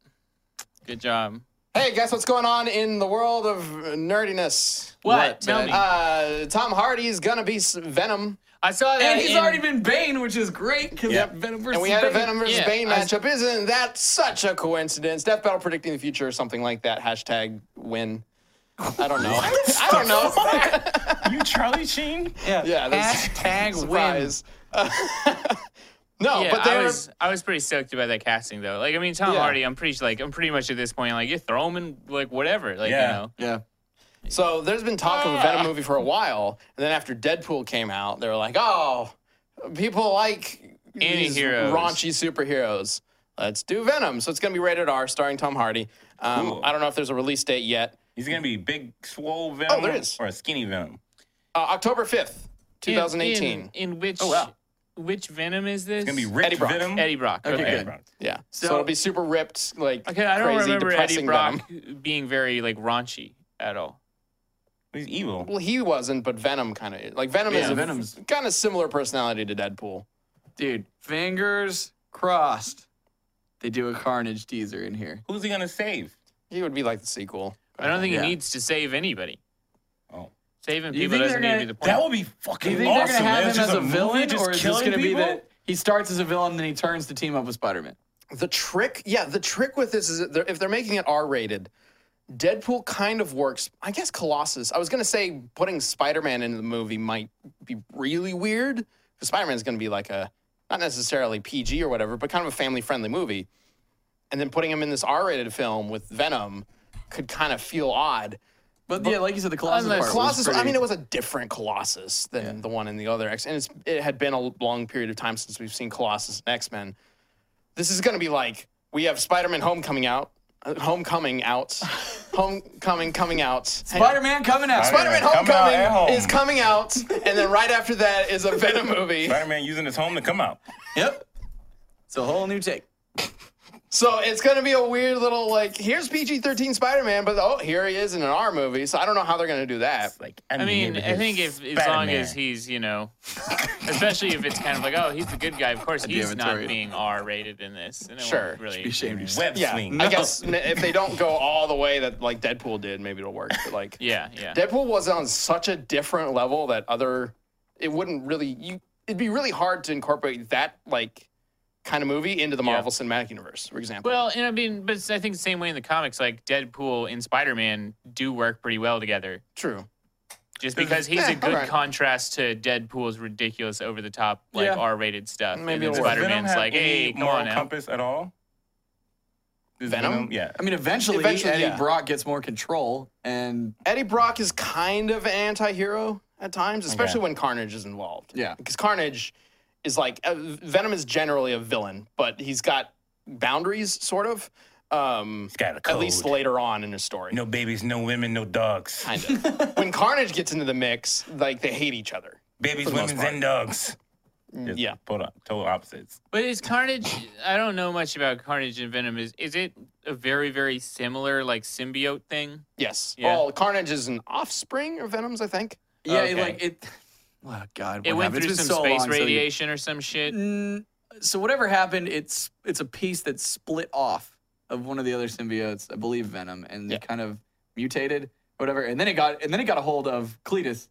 Good job.
Hey, guess what's going on in the world of nerdiness?
What?
What,
Tell
Ben?
me.
Uh, Tom Hardy's gonna be s- Venom,
I saw that.
And he's
in-
already been Bane, which is great because
Yeah.
Venom versus
and we had a
Bane.
Venom versus
yeah,
Bane
I was-
matchup. Isn't that such a coincidence? Death Battle predicting the future or something like that. Hashtag win. I don't know. I don't know.
you Charlie Sheen?
Yeah.
yeah, that's
Hashtag win.
surprise. no,
Yeah,
Oh, but they
I
were-
was I was pretty stoked about that casting though. Like I mean, Tom
Yeah.
Hardy, I'm pretty like I'm pretty much at this point like you throw him in like whatever. Like
Yeah.
you know.
Yeah.
So there's been talk of a
Ah.
Venom movie for a while, and then after Deadpool came out, they were like, "Oh, people like these
Anti-heroes.
raunchy superheroes. Let's do Venom." So it's gonna be rated R, starring Tom Hardy. Um,
Cool.
I don't know if there's a release date yet.
He's gonna be big, swole venom,
there is.
or a skinny venom.
Uh, October 5th, 2018.
In, in, which
Oh, wow.
which Venom is this?
It's gonna be ripped
Eddie Brock.
venom.
Eddie Brock. Okay.
Eddie
good.
Brock.
yeah. So,
So-
it'll be super ripped, like
Okay, I don't
crazy,
remember
depressing
Eddie Brock
Venom.
being very like raunchy at all.
He's evil.
Well, he wasn't, but Venom kind of like Venom
Yeah,
is
Venom's-
a kind of similar personality to Deadpool.
Dude, fingers crossed. They do a Carnage teaser in here.
Who's he gonna save?
He would be like the sequel.
I don't think
Yeah.
he needs to save anybody.
Oh.
Saving
You
people
think
doesn't
they're
need to be the point.
That would be fucking
Do you think
awesome.
they're gonna have
man. It's
him
just
as a
movie
villain,
just
or is this
killing
gonna be
people?
that he starts as a villain, then he turns to team up with Spider-Man?
The trick, yeah, the trick with this is that they're, if they're making it R rated, Deadpool kind of works. I guess Colossus. I was gonna say putting Spider Man into the movie might be really weird because Spider Man's gonna be like a not necessarily PG or whatever, but kind of a family friendly movie. And then putting him in this R rated film with Venom could kind of feel odd.
But, yeah, like you said, the Colossus
Unless-
part was
Colossus. I
pretty-
mean, it was a different Colossus than the one in the other X, and it's it had been a long period of time since we've seen Colossus and X Men. This is going to be like we have Spider Man Homecoming out. uh, Homecoming out. Homecoming coming out. Hang on.
Spider Man coming out.
Spider-
Spider-Man
Coming out
Homecoming
at home.
is coming out, and then right after that is a Venom movie.
Spider Man using his home to come out.
yep. It's a whole new take.
So it's gonna be a weird little like here's PG-13 Spider-Man, but oh here he is in an R movie. So I don't know how they're gonna do that.
Like,
I mean, I think if as long as he's, you know, especially if it's kind of like, oh, he's the good guy. Of course, he's not
Dermatory.
being R-rated in this. And it won't
Sure.
really.
Be ashamed of yourself.
web
Yeah,
swing.
I guess n- if they don't go all the way that like Deadpool did, maybe it'll work. But like
Yeah, yeah.
Deadpool was on such a different level that other it wouldn't really you it'd be really hard to incorporate that like kind of movie into the
Yeah.
Marvel Cinematic Universe, for example.
Well, and I mean, but it's- I think the same way in the comics, like Deadpool and Spider-Man do work pretty well together.
True.
Just because he's
Yeah,
a good
alright.
contrast to Deadpool's ridiculous, over-the-top, like
Yeah.
R-rated stuff.
Maybe
and
it'll
then
work.
Does Venom
Spider-Man's
have
like,
any
hey, come
moral
on now.
compass at all? Is
Venom?
Yeah.
I mean, eventually,
Eventually,
Eddie
yeah.
Brock gets more control, and
Eddie Brock is kind of an anti-hero at times, especially
Okay.
when Carnage is involved.
Yeah.
Because Carnage is like uh, Venom is generally a villain, but he's got boundaries sort of um
got a
at least
code.
later on in his story.
No babies, no women, no dogs.
Kind of. when Carnage gets into the mix, like they hate each other.
Babies,
the most
women, and dogs. Just
yeah.
Total, total opposites.
But is Carnage? I don't know much about Carnage and Venom. Is is it a very very similar like symbiote thing?
Yes.
Yeah.
Well, Carnage is an offspring of Venom's, I think.
yeah,
Okay.
like it. Oh God,
It
what
went
happened? It's
through
been
some
so
space
long, so you-
radiation or some shit.
Mm, so whatever happened, it's it's a piece that's split off of one of the other symbiotes, I believe Venom, and
Yeah.
it kind of mutated, whatever. And then it got and then it got a hold of Cletus,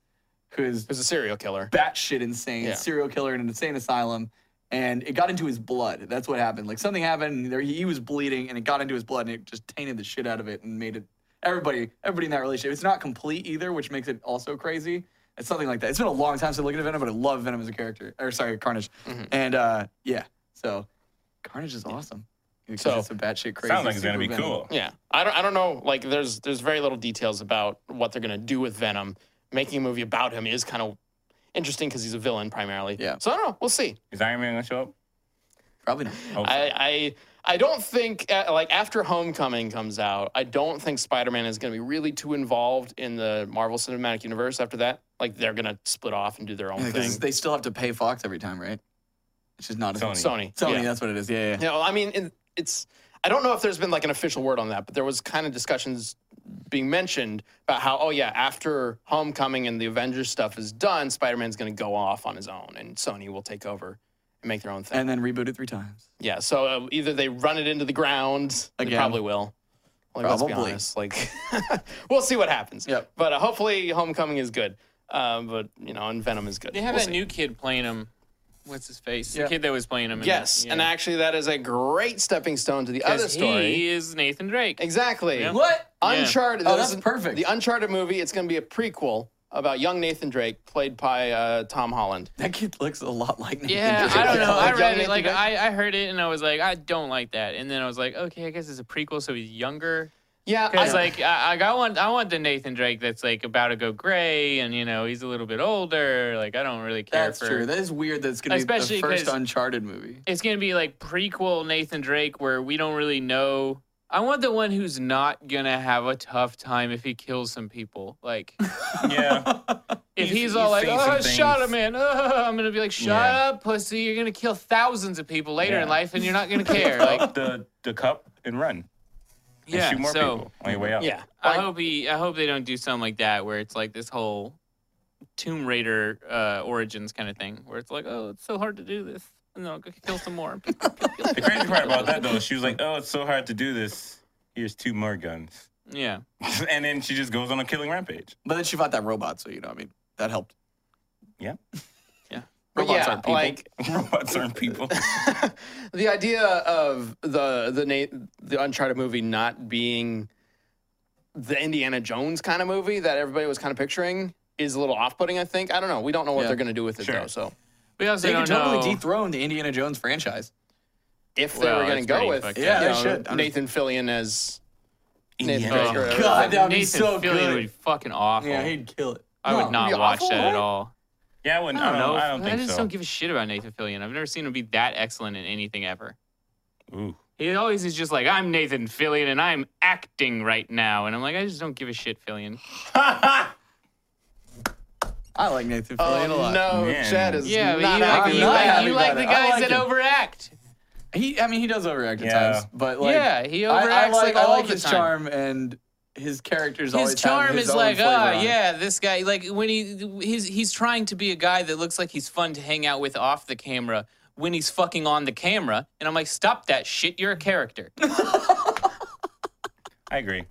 who is
It was a serial killer.
batshit insane,
Yeah.
serial killer in an insane asylum, and it got into his blood. That's what happened. Like something happened, and there he was bleeding, and it got into his blood, and it just tainted the shit out of it, and made it everybody everybody in that relationship. It's not complete either, which makes it also crazy. It's something like that. It's been a long time since I looked at Venom, but I love Venom as a character. Or sorry, Carnage.
Mm-hmm.
And uh yeah, so Carnage is awesome. Because
So-
it's a batshit crazy.
Sounds like it's gonna
super
be
Venom.
cool.
Yeah. I don't I don't know like there's there's very little details about what they're going to do with Venom. Making a movie about him is kind of interesting cuz he's a villain primarily.
Yeah.
So I don't know, we'll see.
Is Iron Man gonna show up?
Probably not.
Hope so.
I, I I don't think uh, like after Homecoming comes out, I don't think Spider-Man is going to be really too involved in the Marvel Cinematic Universe after that. Like they're going to split off and do their own thing.
Because they still have to pay Fox every time, right? It's just not as
Sony.
Sony.
Sony,
Yeah.
that's what it is. Yeah, yeah. yeah.
You know, I mean, in- it's I don't know if there's been like an official word on that, but there was kind of discussions being mentioned about how oh yeah, after Homecoming and the Avengers stuff is done, Spider-Man's going to go off on his own and Sony will take over and make their own thing.
and then reboot it three times.
yeah, so uh, either they run it into the ground, they
Again.
probably will. Like, Let's be
Probably.
honest. Like, we'll see what happens.
Yep.
But uh, hopefully, Homecoming is good. Um, but you know, and Venom is good.
They have
We'll
that
see.
new kid playing him. What's his face?
Yeah.
The kid that was playing him. in
Yes,
that-
and
yeah.
actually, that is a great stepping stone to the
'Cause
other story.
He is Nathan Drake.
Exactly.
Yeah.
What?
Yeah.
Uncharted.
Oh,
this
that's
is-
perfect.
The Uncharted movie. It's going to be a prequel about young Nathan Drake, played by uh, Tom Holland.
That kid looks a lot like Nathan
Yeah,
Drake.
I don't know. I
Like
read
young
it. Like
Nathan
I, I heard it, and I was like, I don't like that. And then I was like, okay, I guess it's a prequel, so he's younger.
Yeah, I
Because like I, I want I want the Nathan Drake that's like about to go gray, and you know he's a little bit older. Like I don't really care
That's
for.
true. That is weird. That's gonna
Especially
be the first
'cause-
Uncharted movie.
it's gonna be like prequel Nathan Drake where we don't really know. I want the one who's not gonna have a tough time if he kills some people. Like
yeah.
if
He's-
he's
he's
all like,
seen some
"Oh, shut
things."
up, man!" Oh, I'm gonna be like, "Shut
Yeah.
up, pussy! You're gonna kill thousands of people later in
Yeah.
life, and you're not gonna care." like,
Up the the cup and run. And
yeah.
shoot more
so
people on your way out.
yeah.
I
Like,
hope he. I hope they don't do something like that where it's like this whole Tomb Raider uh, origins kind of thing, where it's like, "Oh, it's so hard to do this." And then I'll go kill some more.
The crazy part about that though, she was like, "Oh, it's so hard to do this. Here's two more guns,"
yeah.
and then she just goes on a killing rampage.
But then she fought that robot, so you know, I mean, that helped.
Yeah.
Yeah.
Robots
yeah,
aren't people.
like
Robots aren't people.
the idea of the the na- the Uncharted movie not being the Indiana Jones kind of movie that everybody was kind of picturing is a little off-putting. I think. I don't know. We don't know what
Yeah.
they're going to do with it
Sure.
though. So
We also
they
don't
could totally
know.
dethrone the Indiana Jones franchise.
if they
Well,
were going to
it's
go
pretty
with
fucked
you
up. Yeah, they
know,
should. I mean-
Nathan Fillion as Nathan
Indiana
Drake or
Jones.
whatever.
God, that would be
uh, Nathan
so
Fillion
good.
would be fucking awful.
Yeah, he'd kill it.
I would
It'd
not
be
watch
awful,
that
right?
at all.
Yeah, I wouldn't.
I don't know.
I don't think
just
so.
don't give a shit about Nathan Fillion. I've never seen him be that excellent in anything ever.
Ooh.
He always is just like, I'm Nathan Fillion and I'm acting right now. And I'm like, I just don't give a shit, Fillion.
I like Nathan
Oh,
Fillion a lot.
no,
Man.
Chad is
Yeah, but
not
you like,
happy.
you
I'm not
like,
happy
you like
about
the
it. I
guys
like
that
him.
overact.
He, I mean, he does overact at
Yeah.
times, but like,
yeah, he overacts
I, I
like,
like, I
all
like
the
his
time.
charm and his characters.
His
always have
charm
his
is
own
like,
flavor
ah,
on it.
yeah, this guy. Like when he he's he's trying to be a guy that looks like he's fun to hang out with off the camera when he's fucking on the camera, and I'm like, stop that shit. You're a character.
I agree.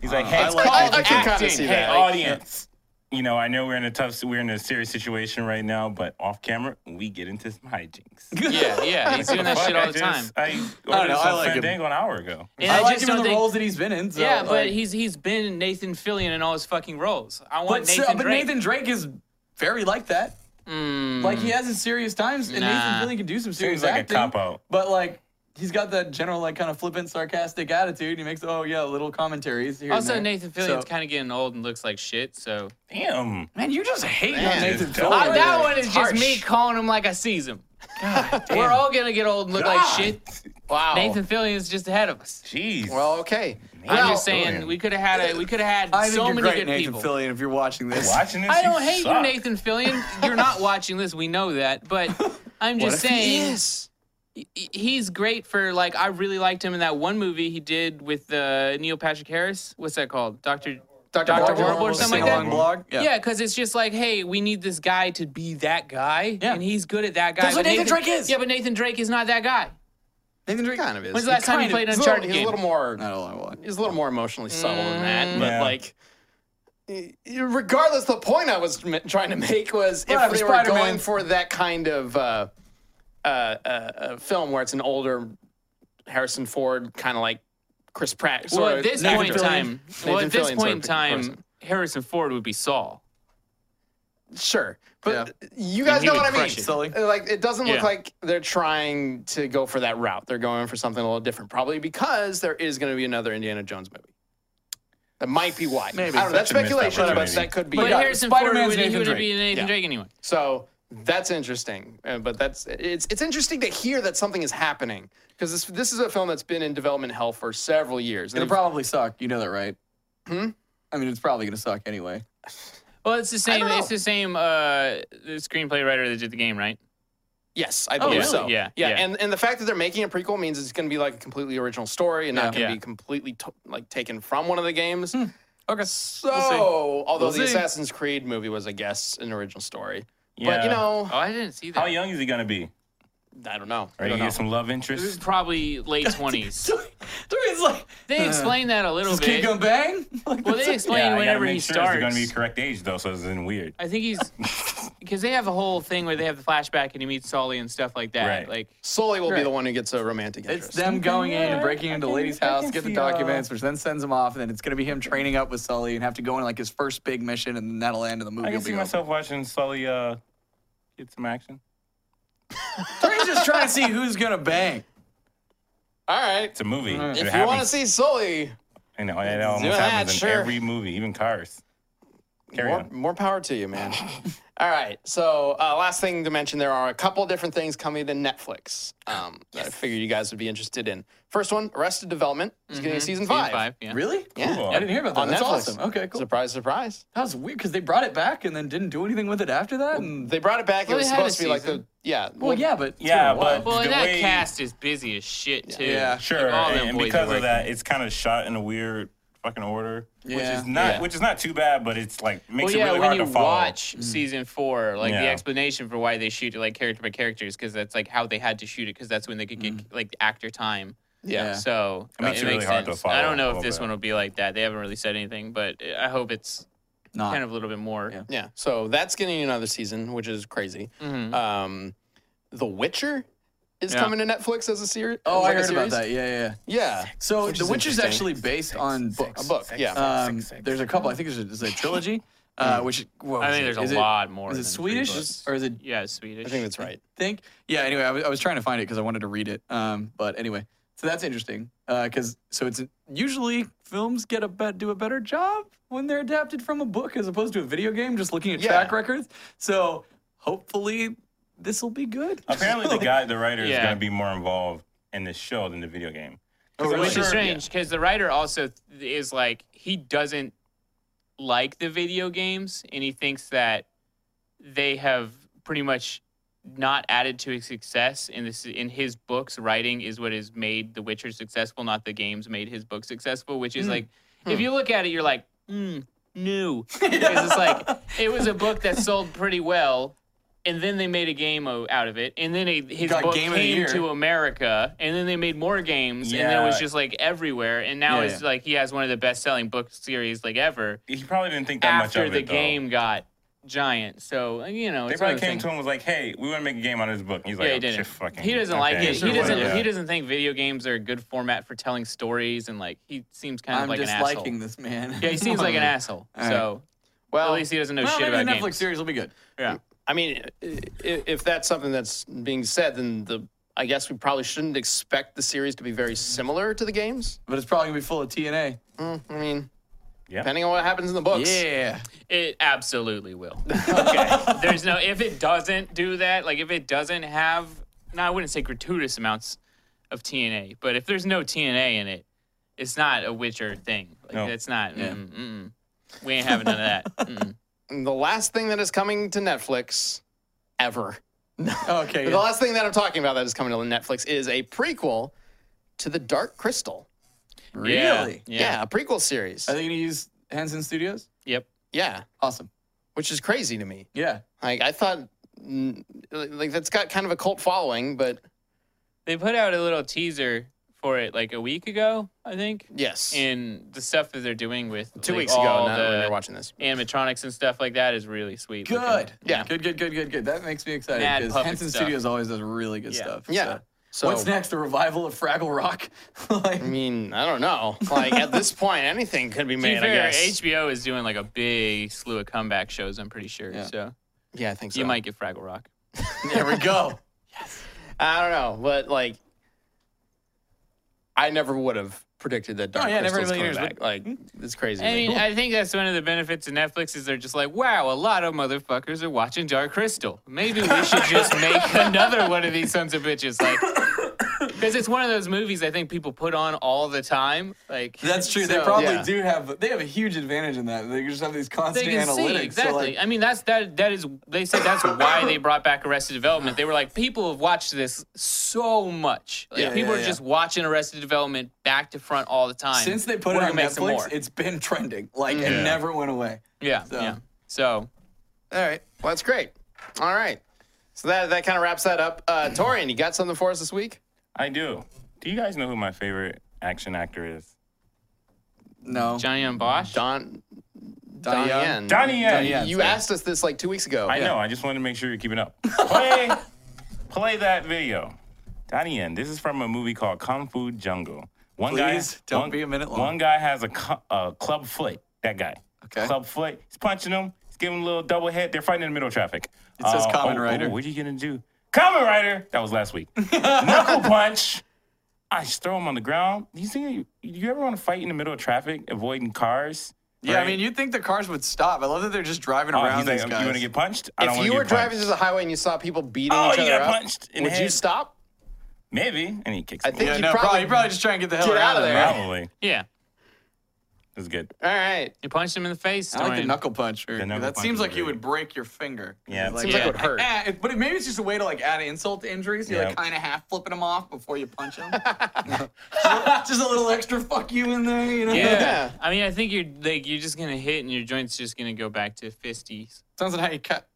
He's like, hey,
like
Uh, I, I
Acting.
can kind of see
Hey,
hey,
that.
audience. You know, I know we're in a tough, we're in a serious situation right now, but off camera, we get into some hijinks.
yeah, yeah, he's doing that
Fuck,
shit
I
all the time.
just- I
I
ordered
don't know, I
some
like him.
Fandango an hour ago.
And
I, like
just
him
don't
in the
think-
roles that he's been in. So,
yeah, but
like-
he's he's been Nathan Fillion in all his fucking roles. I want
but,
Nathan.
so, but
Drake.
Nathan Drake is very like that.
Mm,
Like he has his serious times, and
Nah.
Nathan Fillion can do some serious
Seems like
acting.
a cop out.
But like, he's got that general like kind of flippant, sarcastic attitude. He makes oh yeah, little commentaries. Here and
also,
there.
Nathan Fillion's kind of getting old and looks like shit. So
Damn.
man, you just hate
Man,
on Nathan
it's dumb.
Fillion.
Oh, that one is
Harsh.
just me calling him like I sees him. We're all gonna get old and look like shit.
Oh.
Wow.
Nathan Fillion's just ahead of us.
Jeez.
Well, okay.
I'm
Well,
just saying
Fillion.
we could have had a, we could have had
I think
so
you're
many
great,
good
Nathan
people.
Fillion, if you're watching this.
watching this,
I don't
you
hate
suck.
you, Nathan Fillion. You're not watching this. We know that, but I'm
what
just
if he
saying
is?
he- he's great for like. I really liked him in that one movie he did with uh, Neil Patrick Harris. What's that called? Doctor.
Dr.
Dr.
Dr.
Horrible
Horrible
or something like
Sing-along
that?
Blog.
Yeah, because it's just like, hey, we need this guy to be that guy,
Yeah.
and he's good at that guy.
That's what
but
Nathan Drake is.
Yeah, but Nathan Drake is not that guy.
Nathan Drake.
kind of is.
When's the last time you
kind of-
played an
He's a little-
Uncharted
he's a
game?
little more
Not all I want.
he's a little more emotionally subtle than that, but
Mm.
Yeah.
like. y- Regardless, the point I was m- trying to make was if
Whatever,
they were
Spider-Man.
going for that kind of uh, uh, uh, uh, film where it's an older Harrison Ford, kind of like Chris Pratt.
Well,
sort
at
of
this
Nathan
point in
Fillion.
time, well,
Nathan
at this
Fillion
point in
sort of
time,
person.
Harrison Ford would be Saul.
sure, but
Yeah.
you guys
he
know
would
what I mean. Uh,
crush it.
Sully.
Like it doesn't look
Yeah.
like they're trying to go for that route. They're going for something a little different, probably because there is going to be another Indiana Jones movie. That might be why.
Maybe.
I don't know. That's
Such a missed
speculation, but
opportunity.
that could be.
But
yeah,
Harrison
Spider-Man's
Ford would, he
Nathan
would
Drake.
be Nathan
Yeah.
Drake anyway.
So that's interesting, uh, but that's it's it's interesting to hear that something is happening because this this is a film that's been in development hell for several years.
It'll
They've-
probably suck. You know that, right? Hmm. I mean, it's probably gonna suck anyway.
Well, it's the same.
don't know.
It's the same uh, the screenplay writer that did the game, right?
yes, I believe
really?
so.
Yeah,
yeah,
yeah.
And and the fact that they're making a prequel means it's going to be like a completely original story and not
Yeah.
going to
Yeah.
be completely to- like taken from one of the games.
Okay.
So, although
We'll
the
see.
Assassin's Creed movie was, I guess, an original story, but
Yeah.
you know,
Oh, I didn't see that.
How young is he gonna be?
I don't know. I
Are
don't
you gonna
know.
get some love
It was
interest?
probably late twenties.
Dorian's like,
they explained that a little
this kid
bit.
gonna bang? Like,
Well,
that's
they
it.
explain
I gotta
whenever
make
he
sure
starts.
It's gonna be correct age though, so it's isn't weird.
I think he's because they have a whole thing where they have the flashback and he meets Sully and stuff like that.
Right.
Like
Sully will be
Right.
the one who gets a romantic
It's
interest.
them going in and breaking
I
into
can-
Lady's
I
house,
can
get the
see, uh,
documents, which then sends him off, and then it's gonna be him training up with Sully and have to go on like his first big mission, and then that'll end in the movie.
I
will
can
be
see
over.
myself watching Sully uh get some action.
Dorian's just trying to see who's gonna bang.
All right.
It's a movie. It
If you
happens.
want to see Sully,
I know it almost
do that,
happens in
sure.
every movie, even Cars. Carry
more,
on.
more power to you, man. All right. So, uh, last thing to mention, there are a couple different things coming to Netflix um, that I figured you guys would be interested in. First one, Arrested Development is getting a season
season
five.
five. Yeah.
Really?
Yeah.
Cool.
I didn't hear about that.
On
Oh, That's
Netflix.
awesome. Okay, cool.
Surprise, surprise.
That was weird because they brought it back and then didn't do anything with it after that. And
They brought it back.
Well,
it was
they had a
supposed to be like the
season.
yeah.
well, yeah, but it's been
Yeah,
a while.
but-
Well, and
The
that
way-
cast is busy as shit too.
Yeah.
Sure,
Like, all them
and, and
boys
because
are
of that, it's kind of shot in a weird fucking order,
Yeah.
which is not
Yeah.
which is not too bad, but it's like makes
Well,
it
yeah,
really
when
hard
you
to follow. Mm.
watch season four, like the
Yeah.
explanation for why they shoot it like character by characters, because that's like how they had to shoot it, because that's when they could get like actor time.
yeah.
Yeah.
So
Mm. It makes
it
it really
makes
hard to
sense.
follow
I don't
a
know if
little
this
bit.
one will be like that. They haven't really said anything, but I hope it's
Not.
kind of a little bit more.
Yeah.
Yeah. So that's getting another season, which is crazy.
Mm-hmm.
Oh,
Um, the Witcher is
Yeah.
coming to Netflix as a series.
oh,
like
I
a
heard about
series.
that. Yeah, yeah. yeah.
Yeah.
So
Which
The
is
Witcher's
interesting.
actually based on books.
A book. yeah.
Um, There's a couple. I think there's a, there's a trilogy. Uh, which what
Hmm. I
was
think
it?
there's a
Is it-
lot more.
Is it
than three
Swedish
books.
or is it
Yeah, it's Swedish.
I think that's right.
think. Yeah. Anyway, I was, I was trying to find it because I wanted to read it. Um, but anyway, so that's interesting. Because so it's usually films get a bet do a better job when they're adapted from a book as opposed to a video game. Just looking at
Yeah.
track records. So hopefully this will be good.
Apparently, the guy, the writer,
Yeah.
is gonna be more involved. in the show than the video game.
Oh,
Which
Sure,
is strange because the writer also th- is like he doesn't like the video games and he thinks that they have pretty much not added to his success in this in his books writing is what has made the witcher successful not the games made his book successful which is like if you look at it you're like mm, new because it's like it was a book that sold pretty well and then they made a game o- out of it and then a, his
Got
book
Game of the
came
Year.
to America and then they made more games and then it was
Yeah.
just like everywhere and now
Yeah,
it's
yeah.
like he has one of the best selling book series like ever
He probably didn't think that much
after
of
the
it though.
game got giant so you know
They
it's one
probably
of those
came
things.
to him and was like, "Hey, we want to make a game out of this book." And he's like,
yeah, he
"Oh,
didn't.
shit, fucking."
He doesn't like
okay."
it.
Sure,
He doesn't.
whatever.
He doesn't think video games are a good format for telling stories, and like he seems kind of
I'm
like an
just
asshole.
liking this man.
Yeah, he seems like an asshole.
All right.
So
Well,
at least he doesn't know
Well,
shit
maybe the
about
Netflix
games.
series will be good.
Yeah.
I mean, i- i- if that's something that's being said, then the I guess we probably shouldn't expect the series to be very similar to the games.
But it's probably gonna be full of TNA.
Mm, I mean,
Yeah.
depending on what happens in the books.
Yeah.
It absolutely will. okay. There's no if it doesn't do that, like if it doesn't have no, I wouldn't say gratuitous amounts of TNA, but if there's no TNA in it, it's not a Witcher thing. Like
No.
that's not
Yeah.
mm, mm, mm. we ain't having none of that. Mm-mm.
And the last thing that is coming to Netflix ever.
Okay.
The
yeah.
last thing that I'm talking about that is coming to Netflix is a prequel to The Dark Crystal.
Yeah.
Really?
Yeah,
Yeah.
a prequel series.
Are they gonna use Hanson Studios?
Yep.
yeah,
Awesome.
which is crazy to me.
Yeah.
Like I thought, mm, like that's got kind of a cult following, but
They put out a little teaser for it like a week ago, I think.
yes,
And the stuff that they're doing with
two
like,
weeks ago.
all
Now that
the
we're watching this.
animatronics and stuff like that is really sweet. looking.
Good.
Yeah.
Good. Good. Good. Good. Good. That makes me excited
Mad
because
puppet
Henson
stuff.
Studios always does really good
Yeah.
stuff.
Yeah.
So.
So
What's next? The revival of Fraggle Rock?
I
like,
mean, I don't know. Like at this point, anything could be
To be
made. I
fair,
guess.
HBO is doing like a big slew of comeback shows. I'm pretty sure.
Yeah.
So
yeah, I think so.
you might get Fraggle Rock.
there we go.
I don't know, but like, I never would have predicted that Dark
Oh, yeah, never
Crystal's
in a
coming
million
back. Like it's crazy.
I
to me.
mean, I think that's one of the benefits of Netflix is they're just like, wow, a lot of motherfuckers are watching Dark Crystal. Maybe we should just make another one of these sons of bitches. Like, because it's one of those movies I think people put on all the time. Like
That's true. they
so-
probably
yeah.
do have. They have a huge advantage in that. They just have these
they
constant
can
analytics.
see exactly.
So like,
I mean, that's that. That is. They said that's why they brought back Arrested Development. They were like, people have watched this so much. Like,
Yeah,
people
yeah,
are
yeah.
just watching Arrested Development back to front all the time.
since they put
We're
it on
gonna make some more.
Netflix, it's been trending. Like, it
Yeah.
never went away.
yeah,
so.
yeah. So
All right. Well, that's great. All right. So that that kind of wraps that up. Uh, Torian, you got something for us this week?
I do. Do you guys know who my favorite action actor is?
No.
Johnny on Bosch.
Don
Donnie Yen.
Yen.
Donnie Yen.
Donnie Yen.
You asked us this like two weeks ago.
I know. I just wanted to make sure you're keeping up. Play, play that video. Donnie Yen. This is from a movie called Kung Fu Jungle. One
Please, don't
one-
be a minute long.
One guy has a, cu- a club foot. That guy.
Okay.
Club foot. He's punching him. He's giving him a little double hit. They're fighting in the middle of traffic. Uh, It
says Kamen Rider.
what are you gonna do? Common Rider. That was last week. Knuckle punch. I just throw him on the ground. You see, you ever want to fight in the middle of traffic, avoiding cars?
Yeah, I
Right?
mean, you'd think the cars would stop. I love that they're just driving
Oh,
around
he's like,
these
"Oh,
guys.
you want to get punched? I don't
If
want
you
to
were
get
driving
punched.
through the highway and you saw people beating
Oh,
each
you
other
got
up,
punched in the
would you
head.
stop?
Maybe. And he kicks
I
me.
think
yeah,
you
no, probably,
probably-
you probably just try and get the hell
Get out of there.
Probably.
Yeah,
That's good.
All right.
you punched him in the face.
I like the
Dorian.
knuckle punch. Or,
The knuckle
that
punch
seems
is
like you
great.
would break your finger.
Yeah, it
Like,
Seems like
Yeah.
it would hurt.
ah, it- but it, maybe it's just a way to like add insult to injury. So you're like
Yeah.
kind of half flipping them off before you punch them. just a little extra fuck you in there, you know?
Yeah.
Yeah.
I mean, I think you're like you're just gonna hit, and your joints just gonna go back to fisties.
Sounds like how you cut.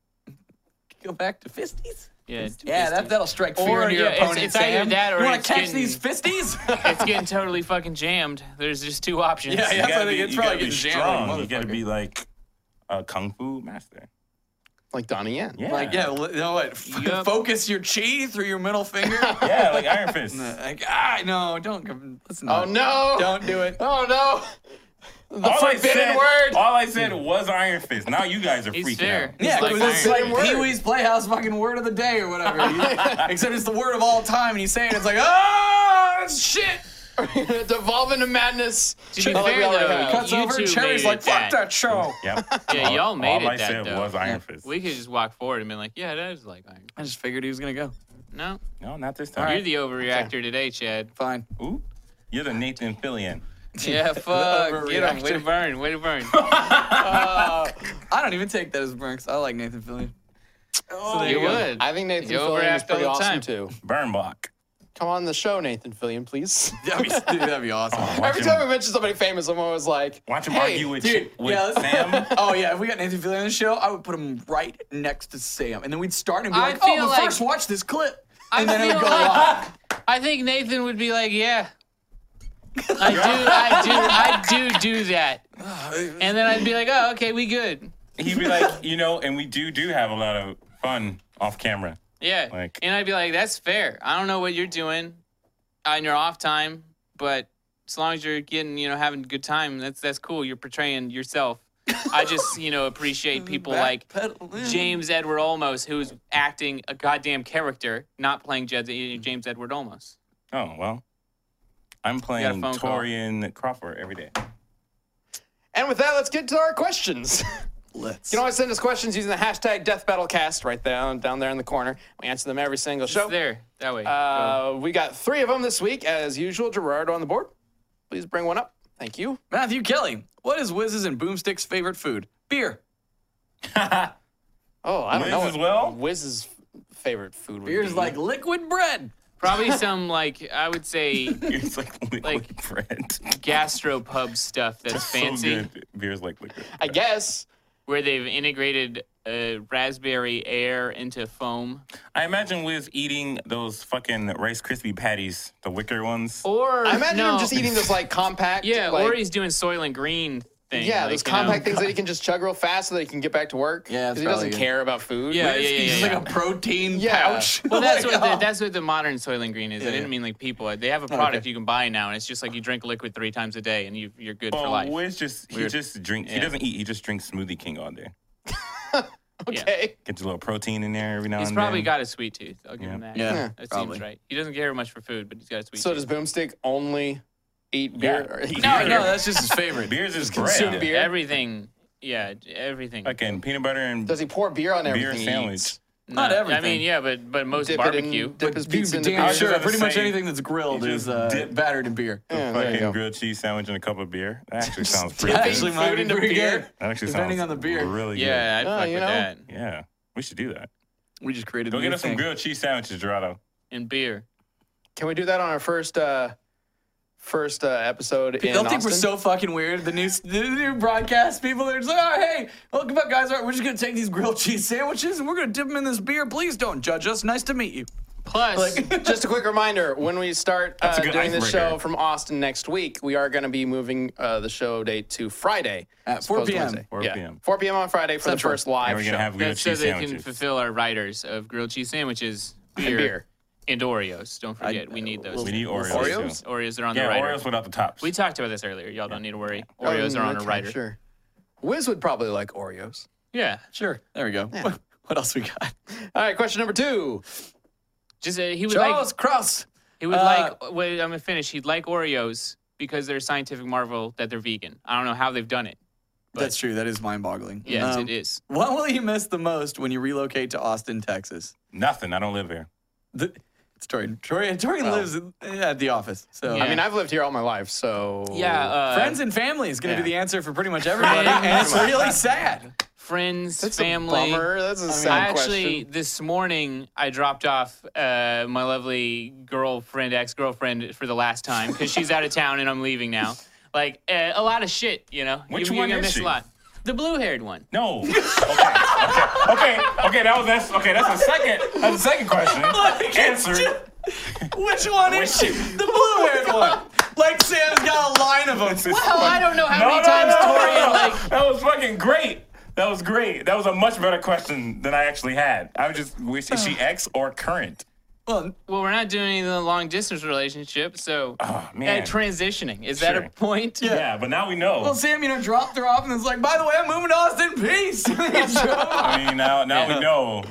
Go back to fisties.
Yeah,
Yeah, that,
fisties.
that'll strike fear
Or,
into your
yeah, it's-
opponent.
it's either
Sam.
that or
you wanna
it's
catch
getting-
these fisties?
it's getting totally fucking jammed. There's just two options.
Yeah, yeah.
You
That's
gotta
why they-
be-
it's
you
probably
gotta be
getting jammed like
strong. You gotta
motherfucker.
be like a kung fu master.
Like Donnie Yen.
Yeah.
Like, yeah, li- you know what? F-
Yup.
Focus your chi through your middle finger.
Yeah, like Iron Fist.
like, ah, no, don't come. Listen. to
Oh
that.
no.
Don't do it.
Oh no. The
all I
forbidden
said,
word.
All I said was Iron Fist. Now you guys are
He's
freaking
fair.
out.
Yeah,
It's like
because it's
iron.
like
Same word.
Pee Wee's Playhouse fucking word of the day or whatever. You- Except it's the word of all time, and you say it, it's like, oh, shit.
Devolve into madness.
To be
Oh, like we
fair,
already
though,
have.
It cuts
you
over,
two
and Cherry's
made
like,
it
fuck that show.
Oh. Yep.
Yeah, y'all made
all
it
I
that
said
though.
was uh, Iron Fist.
We could just walk forward and be like, yeah, that is like iron.
I just figured he was going to go.
No,
No, not this
you're
time.
the overreactor today, Chad.
Fine.
Ooh, you're the Nathan Fillion.
Yeah, fuck. Get him.
Way to
Wait,
burn. Way to burn.
I don't even take that as Brinks. I like Nathan Fillion.
so Oh, you would.
I think Nathan
You
Fillion is
overact all
pretty
the
awesome
time.
too.
Bernbach.
Come on the show, Nathan Fillion, please.
That'd be, dude, that'd be awesome.
Watch
Every
him-
time I mention somebody famous, I'm always like,
Watch him
hey,
argue with,
dude,
with
yeah, let's-
Sam.
Oh yeah, if we got Nathan Fillion on the show, I would put him right next to Sam, and then we'd start and be
I
like, "Oh,
feel
but
like-
first watch this clip,"
I
and then it
feel
would go
like-
on.
I think Nathan would be like, yeah. I do, I do, I do do that. And then I'd be like, oh, okay, we good.
He'd be like, you know, and we do do have a lot of fun off camera.
Yeah.
Like-
and I'd be like, that's fair. I don't know what you're doing on your off time, but as long as you're getting, you know, having a good time, that's that's cool. You're portraying yourself. I just, you know, appreciate people like
Backpedaling.
James Edward Olmos, who's acting a goddamn character, not playing Jed- uh, James Edward Olmos.
Oh well, I'm playing
phone call.
Torian Crawford every day.
and with that, let's get to our questions.
Let's.
You can always send us questions using the hashtag DeathBattleCast right down down there in the corner. We answer them every single show.
It's there, that way.
Uh, we got three of them this week, as usual. Gerardo on the board. Please bring one up. Thank you.
Matthew Kelly, what is Wiz's and Boomstick's favorite food? Beer.
Oh, I don't
Wiz
know.
as well?
Wiz's favorite food. would
Beer's
be-
like liquid bread.
Probably some like I would say
It's like liquid
Like-
bread.
gastropub stuff that's fancy,
So good. Beer's like liquid.
I guess.
where they've integrated uh, raspberry air into foam,
I imagine Wiz eating those fucking Rice Krispie patties, the wicker ones.
or
I imagine
no,
him just eating those like compact.
Yeah,
like,
or he's doing soil and green thing.
yeah,
like,
those
you know.
compact things that he can just chug real fast so that he can get back to work.
Yeah,
because
that's
he doesn't
probably good.
care about food.
Yeah, yeah, yeah,
It's
yeah. yeah.
like a protein
Yeah.
pouch.
Well, that's
Like,
what the,
oh.
that's what the modern soil and green is. I
Yeah,
didn't
yeah.
mean like people. They have a product you can buy now, and it's just like you drink liquid three times a day, and you you're good for
Oh,
life.
Wiz just he
Weird.
just drinks. He
Yeah.
doesn't eat. He just drinks Smoothie King all day.
yeah.
Okay.
Gets a little protein in there every now
He's
and
probably
then.
got a sweet tooth. I'll give him that.
Yeah,
Yeah.
that
probably.
seems right. He doesn't care much for food, but he's got a sweet
So does
tooth.
Boomstick only eat
Yeah.
beer?
He-
No,
No, that's just his favorite.
Beer's is
consume
bread.
beer.
Everything. Yeah, everything.
Fucking peanut butter and
Does he pour beer on everything?
beer
he
sandwich.
eats?
Not
I
everything.
mean, yeah, but but most
Dip it
barbecue.
in, dip his
Dude,
pizza in
damn
I
beer.
was just
sure.
about to
Pretty much
say,
anything that's grilled
you
is
just
uh,
dip-
battered in beer.
Yeah, Oh, there you
Fucking
go.
grilled cheese sandwich and a cup of beer. That actually sounds pretty
That
dipping
good.
actually
food
might be
into
pretty
beer?
good.
That actually
Depending
sounds
on the beer.
Really
yeah, I'd
No,
fuck
Oh, you
with
know.
that.
good. Yeah. We should do that.
We just created.
Go
a
get
new
us some
thing.
grilled cheese sandwiches, Dorado.
And beer.
Can we do that on our first uh first uh, episode in
They'll think we're
Austin?
so fucking weird. The new, the new broadcast people are just like, oh, hey, welcome up, guys. All right, we're just going to take these grilled cheese sandwiches and we're going to dip them in this beer. Please don't judge us. Nice to meet you.
Plus,
Just a quick reminder: when we start uh,
a good
doing this
icebreaker.
show from Austin next week, we are going to be moving uh, the show date to Friday
At
as
4
opposed to
p.m..
Wednesday.
4
Yeah,
p.m..
4 p.m. on Friday for the
Central.
first
And
live
we're
show.
gonna have grilled
that's so
cheese
they can
sandwiches.
fulfill our writers of grilled cheese sandwiches, beer, and,
beer.
Oreos. Don't forget, we need those.
we need Oreos.
Oreos?
too.
Oreos are on
Yeah,
the writer.
Oreos without the tops.
We talked about this earlier. Y'all don't need to worry.
Oh,
Oreos are on a
okay,
writer.
Sure. Wiz would probably like Oreos.
Yeah.
Sure. There we go. What, what else we got?
All right, question number two.
Just uh, he would
Charles
like
Cross.
he would
uh,
like. Wait, I'm gonna finish. He'd like Oreos because they're a scientific marvel that they're vegan. I don't know how they've done it.
That's true. That is mind boggling.
Yes,
Um,
it is.
What will you miss the most when you relocate to Austin, Texas?
Nothing. I don't live here.
The, it's Torian. Torian, Torian lives in- at the office. So,
I
Yeah.
mean, I've lived here all my life, so
Oh.
Yeah. Uh,
friends and family is going to
yeah.
be the answer for pretty much everybody. and it's really sad.
friends,
That's
family.
a bummer. That's a sad
I actually
question.
this morning I dropped off uh, my lovely girlfriend, ex girlfriend, for the last time because she's out of town and I'm leaving now. Like uh, a lot of shit, you know.
Which
you,
one
you're gonna
is
miss
she?
a lot. The blue-haired one.
No. okay. Okay. Okay. Okay. That was that's okay. That's a second. That's a second question. Answered.
Which one is
Which-
she? The blue haired one. Like Sam's got a line of them.
Oh, I don't know how many times Torian like
that was fucking great. That was great. That was a much better question than I actually had. I was just wish is she ex or current?
Well,
Well, we're not doing the long distance relationship, so
Oh
uh,
man.
transitioning is that
Sure.
a point?
yeah, but now we know.
well, Sam, you know, dropped her off and it's like, by the way, I'm moving to Austin. Peace.
I mean, now now we know that it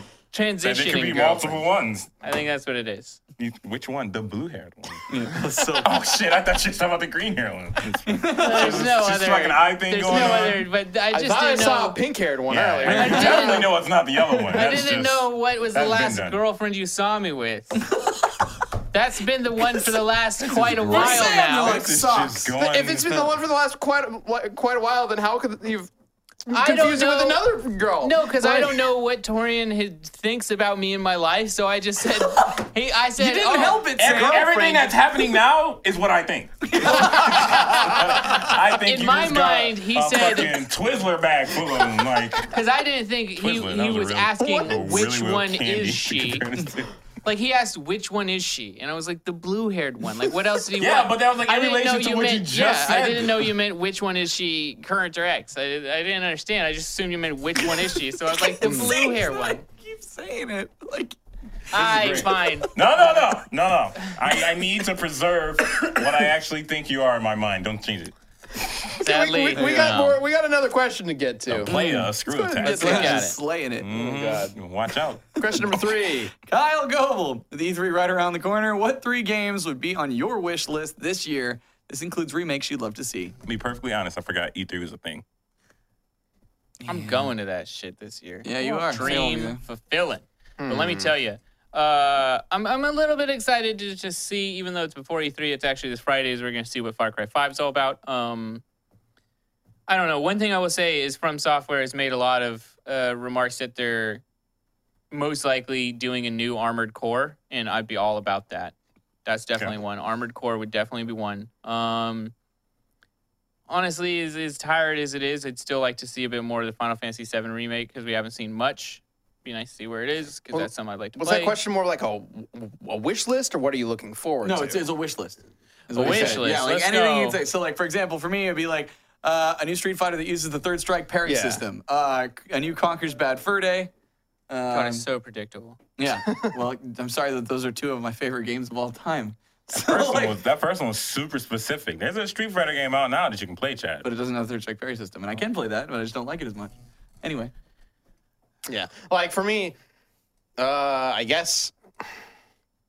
Transitioning.
could be
girlfriend.
multiple ones.
I think that's what it is.
You- Which one? The blue-haired one.
so
oh shit! I thought you were talking about the green-haired one.
There's no
It's just
other.
like an eye thing
there's
going
no
on.
other. But I
I
just
thought I
didn't
saw a
know.
pink-haired one
Yeah,
earlier.
I
didn't
definitely
know.
know it's not the yellow
I
one. That's
didn't
just-
know what was the
that's been
last
done.
girlfriend you saw me with. That's been the one for the last quite a while
saying
now.
you're
This is
Sucks.
just going-
If it's been the one for the last quite a, quite a while, then how could you've
I don't
confused it with
know.
another girl?
No, because I
Like-
don't know what Torian had- thinks about me in my life, so I just said, he, I said,
you didn't
oh,
help it,
Ev-
Sam.
everything that's happening now is what I think. I think
In
you
my
just got
mind, he
a
said-
fucking Twizzler bag full of them. Like
Because I didn't think he,
Twizzler, that
he
was a
was
real-
asking
a
which
really real
one
candy
is she.
compared to-
Like he asked which one is she, and I was like the blue-haired one. Like what else did he
Yeah,
want?
but that was, like,
I
in
didn't
relation
know
to what you
meant,
just
yeah, I
said.
didn't know you meant which one is she, current or ex. I, I didn't understand. I just assumed you meant which one is she. So I was like the blue hair one.
Keep saying it. Like
I
great.
fine.
No, no, no, no, no. I, I need to preserve what I actually think you are in my mind. Don't change it.
Sadly,
We, we
no.
got more. We got another question to get to.
Play
Hmm.
a screw attack.
Let's
look at
just
it.
slaying it.
Mm.
oh,
God.
Watch out.
Question number three.
Kyle Goble, with E3 right around the corner. What three games would be on your wish list this year? This includes remakes you'd love to see.
To be perfectly honest, I forgot E3 was a thing.
I'm going to that shit this year.
Yeah, you are. Tell me. Hmm.
Dream fulfilling. But let me tell you, uh, I'm, I'm a little bit excited to just see, even though it's before E3, it's actually this Friday, is we're going to see what Far Cry 5 is all about. Um, I don't know. One thing I will say is From Software has made a lot of uh, remarks that they're most likely doing a new Armored Core, and I'd be all about that. That's definitely one. Armored Core would definitely be one. Um, honestly, as, as tired as it is, I'd still like to see a bit more of the Final Fantasy VII remake because we haven't seen much. Be nice to see where it is because
Well,
that's something I'd like to
Was
play.
that question more like a, a wish list, or what are you looking forward
No,
to?
it's, it's a wish list. is
A
what he
wish
said.
list.
Yeah, like
Let's
anything
go.
you'd say. So, like for example, for me, it'd be like uh, a new Street Fighter that uses the third strike parry
Yeah.
system. Uh, a new Conker's Bad Fur Day.
God,
Um,
it's so predictable.
yeah. Well, I'm sorry that those are two of my favorite games of all time. So,
First one
like-
was, that first one was super specific. There's a Street Fighter game out now that you can play, Chad.
but it doesn't have the third strike parry system, and I can play that, but I just don't like it as much. Anyway,
yeah. Like for me, uh, I guess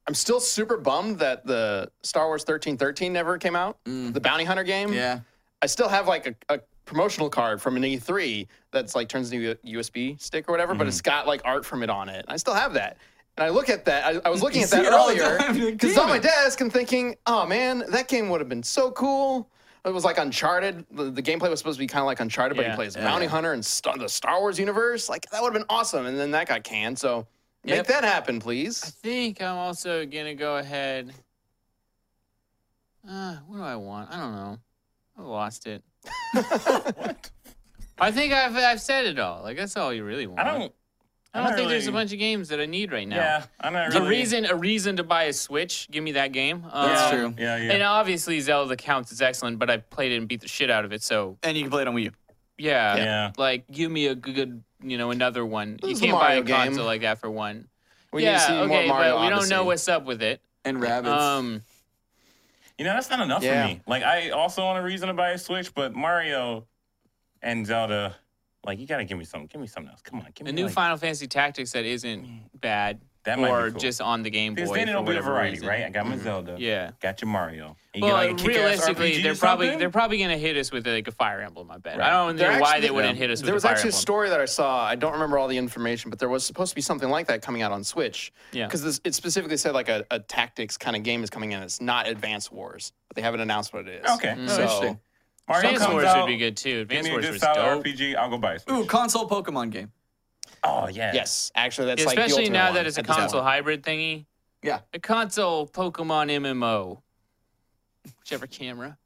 I'm still super bummed that the Star Wars 1313 never came out.
Mm.
The Bounty Hunter game.
yeah.
I still have like a, a promotional card from an E3 that's like turns into a USB stick or whatever,
Mm-hmm.
but it's got like art from it on it. I still have that. And I look at that. I, I was looking at
see
that
it all the
earlier
time, you're like,
because it's on
"Damn
my
it."
desk and thinking, oh man, that game would have been so cool. It was like Uncharted. The, the gameplay was supposed to be kind of like Uncharted, but he
Yeah.
plays Bounty Hunter and Star, the Star Wars universe. Like that would have been awesome. And then that got canned. So make
Yep.
that happen, please.
I think I'm also gonna go ahead. Uh, what do I want? I don't know. I lost it. I think I've I've said it all. Like that's all you really want.
I don't.
I don't think there's a bunch of games that I need right now.
Yeah, I'm not
A
really.
reason a reason to buy a Switch. Give me that game. Um,
That's true.
Yeah, yeah.
And obviously Zelda counts as excellent, but I played it and beat the shit out of it. So
And you can play it on Wii U.
yeah,
Yeah.
Like give me a g- good, you know, another one.
This
you
is the
can't buy
Mario
a
game.
console like that for one.
We
yeah,
need to see
okay,
more Mario
but we don't know
Odyssey.
what's up with it.
And rabbits.
Um,
You know, that's not enough
Yeah.
for me. Like, I also want a reason to buy a Switch, but Mario and Zelda, like, you gotta give me something. Give me something else. Come on, give me
a new
like,
Final Fantasy Tactics that isn't bad,
That might be
or
cool.
just on the Game Boy.
Because then
for
it'll be a
whatever
variety,
reason. Mm-hmm.
right? I got my Zelda.
Yeah.
Got your Mario. And
Well,
you get, like, a kick-ass
realistically,
RPG
they're
or
probably
something?
they're probably gonna hit us with like a Fire Emblem. I bet.
Right.
I don't know
They're
why
actually-
they wouldn't hit us with
there
a
was
Fire
actually a
Emblem.
story that I saw. I don't remember all the information, but there was supposed to be something like that coming out on Switch.
Yeah.
Because it specifically said like a, a tactics kind of game is coming in. It's not Advance Wars, but they haven't announced what it is.
Okay.
So,
So,
Oh, interesting.
Mario
Advance
comes
Wars
out,
Mm. would be good too.
Give
Advance
me a
Wars
good
was
solid
dope.
RPG. I'll go buy a Switch.
Ooh, console Pokemon game.
Oh, yeah.
Yes, actually, that's like the
Especially
ultimate
now
one
that it's a
at this
console
point.
hybrid thingy.
Yeah.
A console Pokemon MMO. Whichever camera.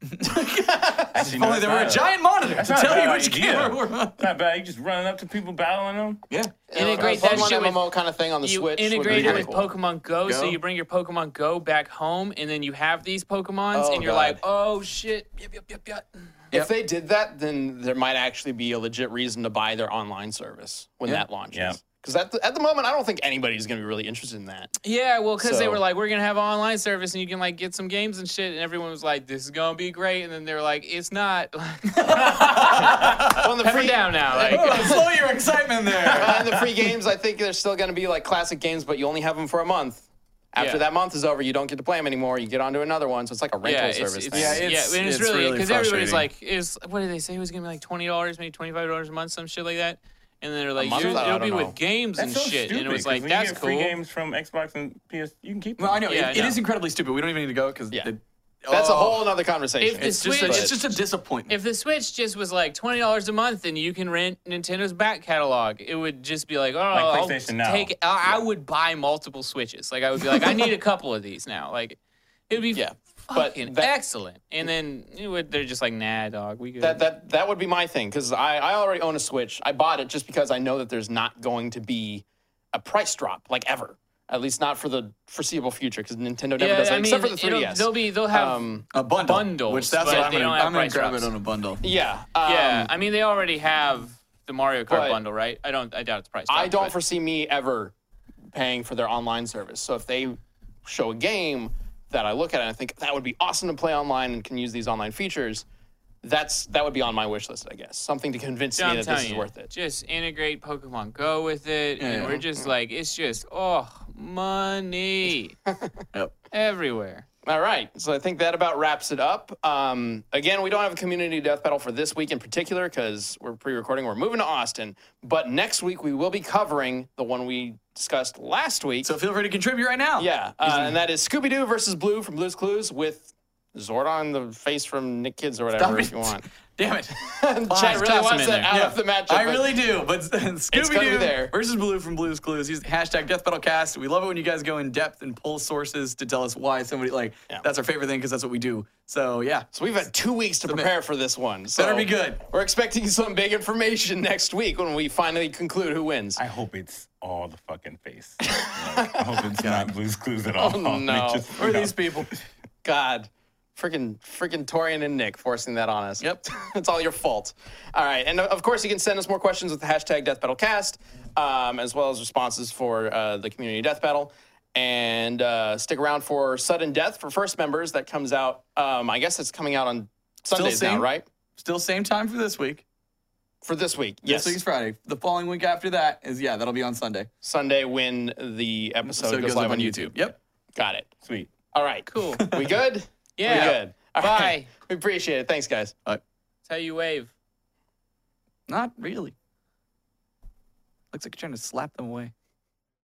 Actually,
If
no,
only
that's
there were a
not-
giant monitor
That's
to
not a
tell you
bad
which
idea.
camera we're on.
It's not bad. You just running up to people battling them.
Yeah.
Integrate
a
that
Pokemon
shit with-
MMO kind of thing on the
You
Switch. would be
integrate it
really
with
cool.
Pokemon Go, so
Go.
you bring your Pokemon Go back home, and then you have these Pokemons,
Oh,
and you're
God.
like, oh shit, yep, yep, yep, yep.
If they did that, then there might actually be a legit reason to buy their online service when
Yeah.
that launches.
Yeah.
Because at the, at the moment, I don't think anybody's going to be really interested in that.
Yeah, well, because they
So-
were like, we're gonna have online service, and you can like get some games and shit, and everyone was like, this is gonna be great, and then they were like, it's not.
Well, and the
Ah, Pepper
free-
down now, like.
Oh, slow your excitement there.
Uh, and the free games, I think they're still going to be like classic games, but you only have them for a month. After
Yeah.
that month is over, you don't get to play them anymore. You get onto another one. So it's like a rental
yeah, it's,
service
it's,
thing.
yeah,
Yeah, it's-
and it's,
it's
really
really
because everybody's
frustrating.
like, is what did they say it was gonna be like twenty dollars, maybe twenty five dollars a month, some shit like that. And they're like,
month?
"You'll-
I
it'll
don't
be
know.
with games and
so
shit. and it was
'cause
like,
when
that's
you get
cool.
free games from Xbox and PS. You can keep.
Well, I know
Yeah,
it,
I
it
know.
is incredibly stupid. We don't even need to go because
Yeah.
that's
That's a whole other conversation.
Oh. If this-
It's just, a,
Switch.
it's just a disappointment.
If the Switch just was like twenty dollars a month and you can rent Nintendo's back catalog, it would just be like, oh, I'll
PlayStation Now.
take. I, I would buy multiple Switches. Like I would be like, I need a couple of these now. Like it would be
Yeah, but
fucking
that-
excellent. And then it would, they're just like, nah, dog, we good.
that that that would be my thing because I I already own a Switch. I bought it just because I know that there's not going to be a price drop like ever. At least not for the foreseeable future because Nintendo never
yeah,
does that
I mean,
except for the
it'll-
3DS.
They'll be. They'll have.
Um,
a bundle,
bundles,
which that's
but
what I'm
they
gonna,
don't have
I'm gonna
price
grab
drops.
it on a bundle.
yeah. Um,
yeah, I mean, they already have the Mario Kart
but-
bundle, right? I don't. I doubt it's priced.
I
up,
don't
but-
foresee me ever paying for their online service. So if they show a game that I look at and I think that would be awesome to play online and can use these online features, that's that would be on my wish list, I guess. Something to convince
I'm
me that
telling
this is
you,
worth it.
Just integrate Pokemon Go with it, and
Yeah.
we're just like, it's just oh, money
Yep.
everywhere.
All right. So I think that about wraps it up. Um, again, we don't have a community death battle for this week in particular because we're pre recording. We're moving to Austin. But next week, we will be covering the one we discussed last week.
So feel free to contribute right now.
yeah. Uh, and that is Scooby Doo versus Blue from Blue's Clues with Zordon, the face from Nick Kids or whatever, if
it.
you want.
Damn it.
Chad
Just
really
toss him
wants
in
that
there.
out
Yeah.
of the matchup.
I
but-
really do. But Scooby
gonna be
Doo
there.
versus Blue from Blue's Clues. Use the hashtag Death Battle Cast. We love it when you guys go in depth and pull sources to tell us why somebody like
Yeah.
that's our favorite thing because that's what we do. So yeah.
So we've had two weeks to prepare for this one. So
Better be good.
We're expecting some big information next week when we finally conclude who wins.
I hope it's all the fucking face. Like, I hope it's not Blue's Clues at all.
Oh, no.
It just-
Or these people.
God. Freaking, freaking Torian and Nick forcing that on us.
Yep.
it's all your fault. All right. And uh, of course, you can send us more questions with the hashtag Death Battle Cast, um, as well as responses for uh, the community death battle. And uh, stick around for Sudden Death for first members. That comes out, um, I guess it's coming out on Sundays now,
same?
right?
Still same time for this week.
For this week.
This
Yes.
week's Friday. The following week after that is yeah, that'll be on Sunday.
Sunday when the episode
So it
goes, live on YouTube.
Yep.
Got it.
Sweet.
All right.
Cool.
We good?
Yeah.
We good. All
Bye.
right. We appreciate it. Thanks, guys.
That's how you wave.
Not really. Looks like you're trying to slap them away.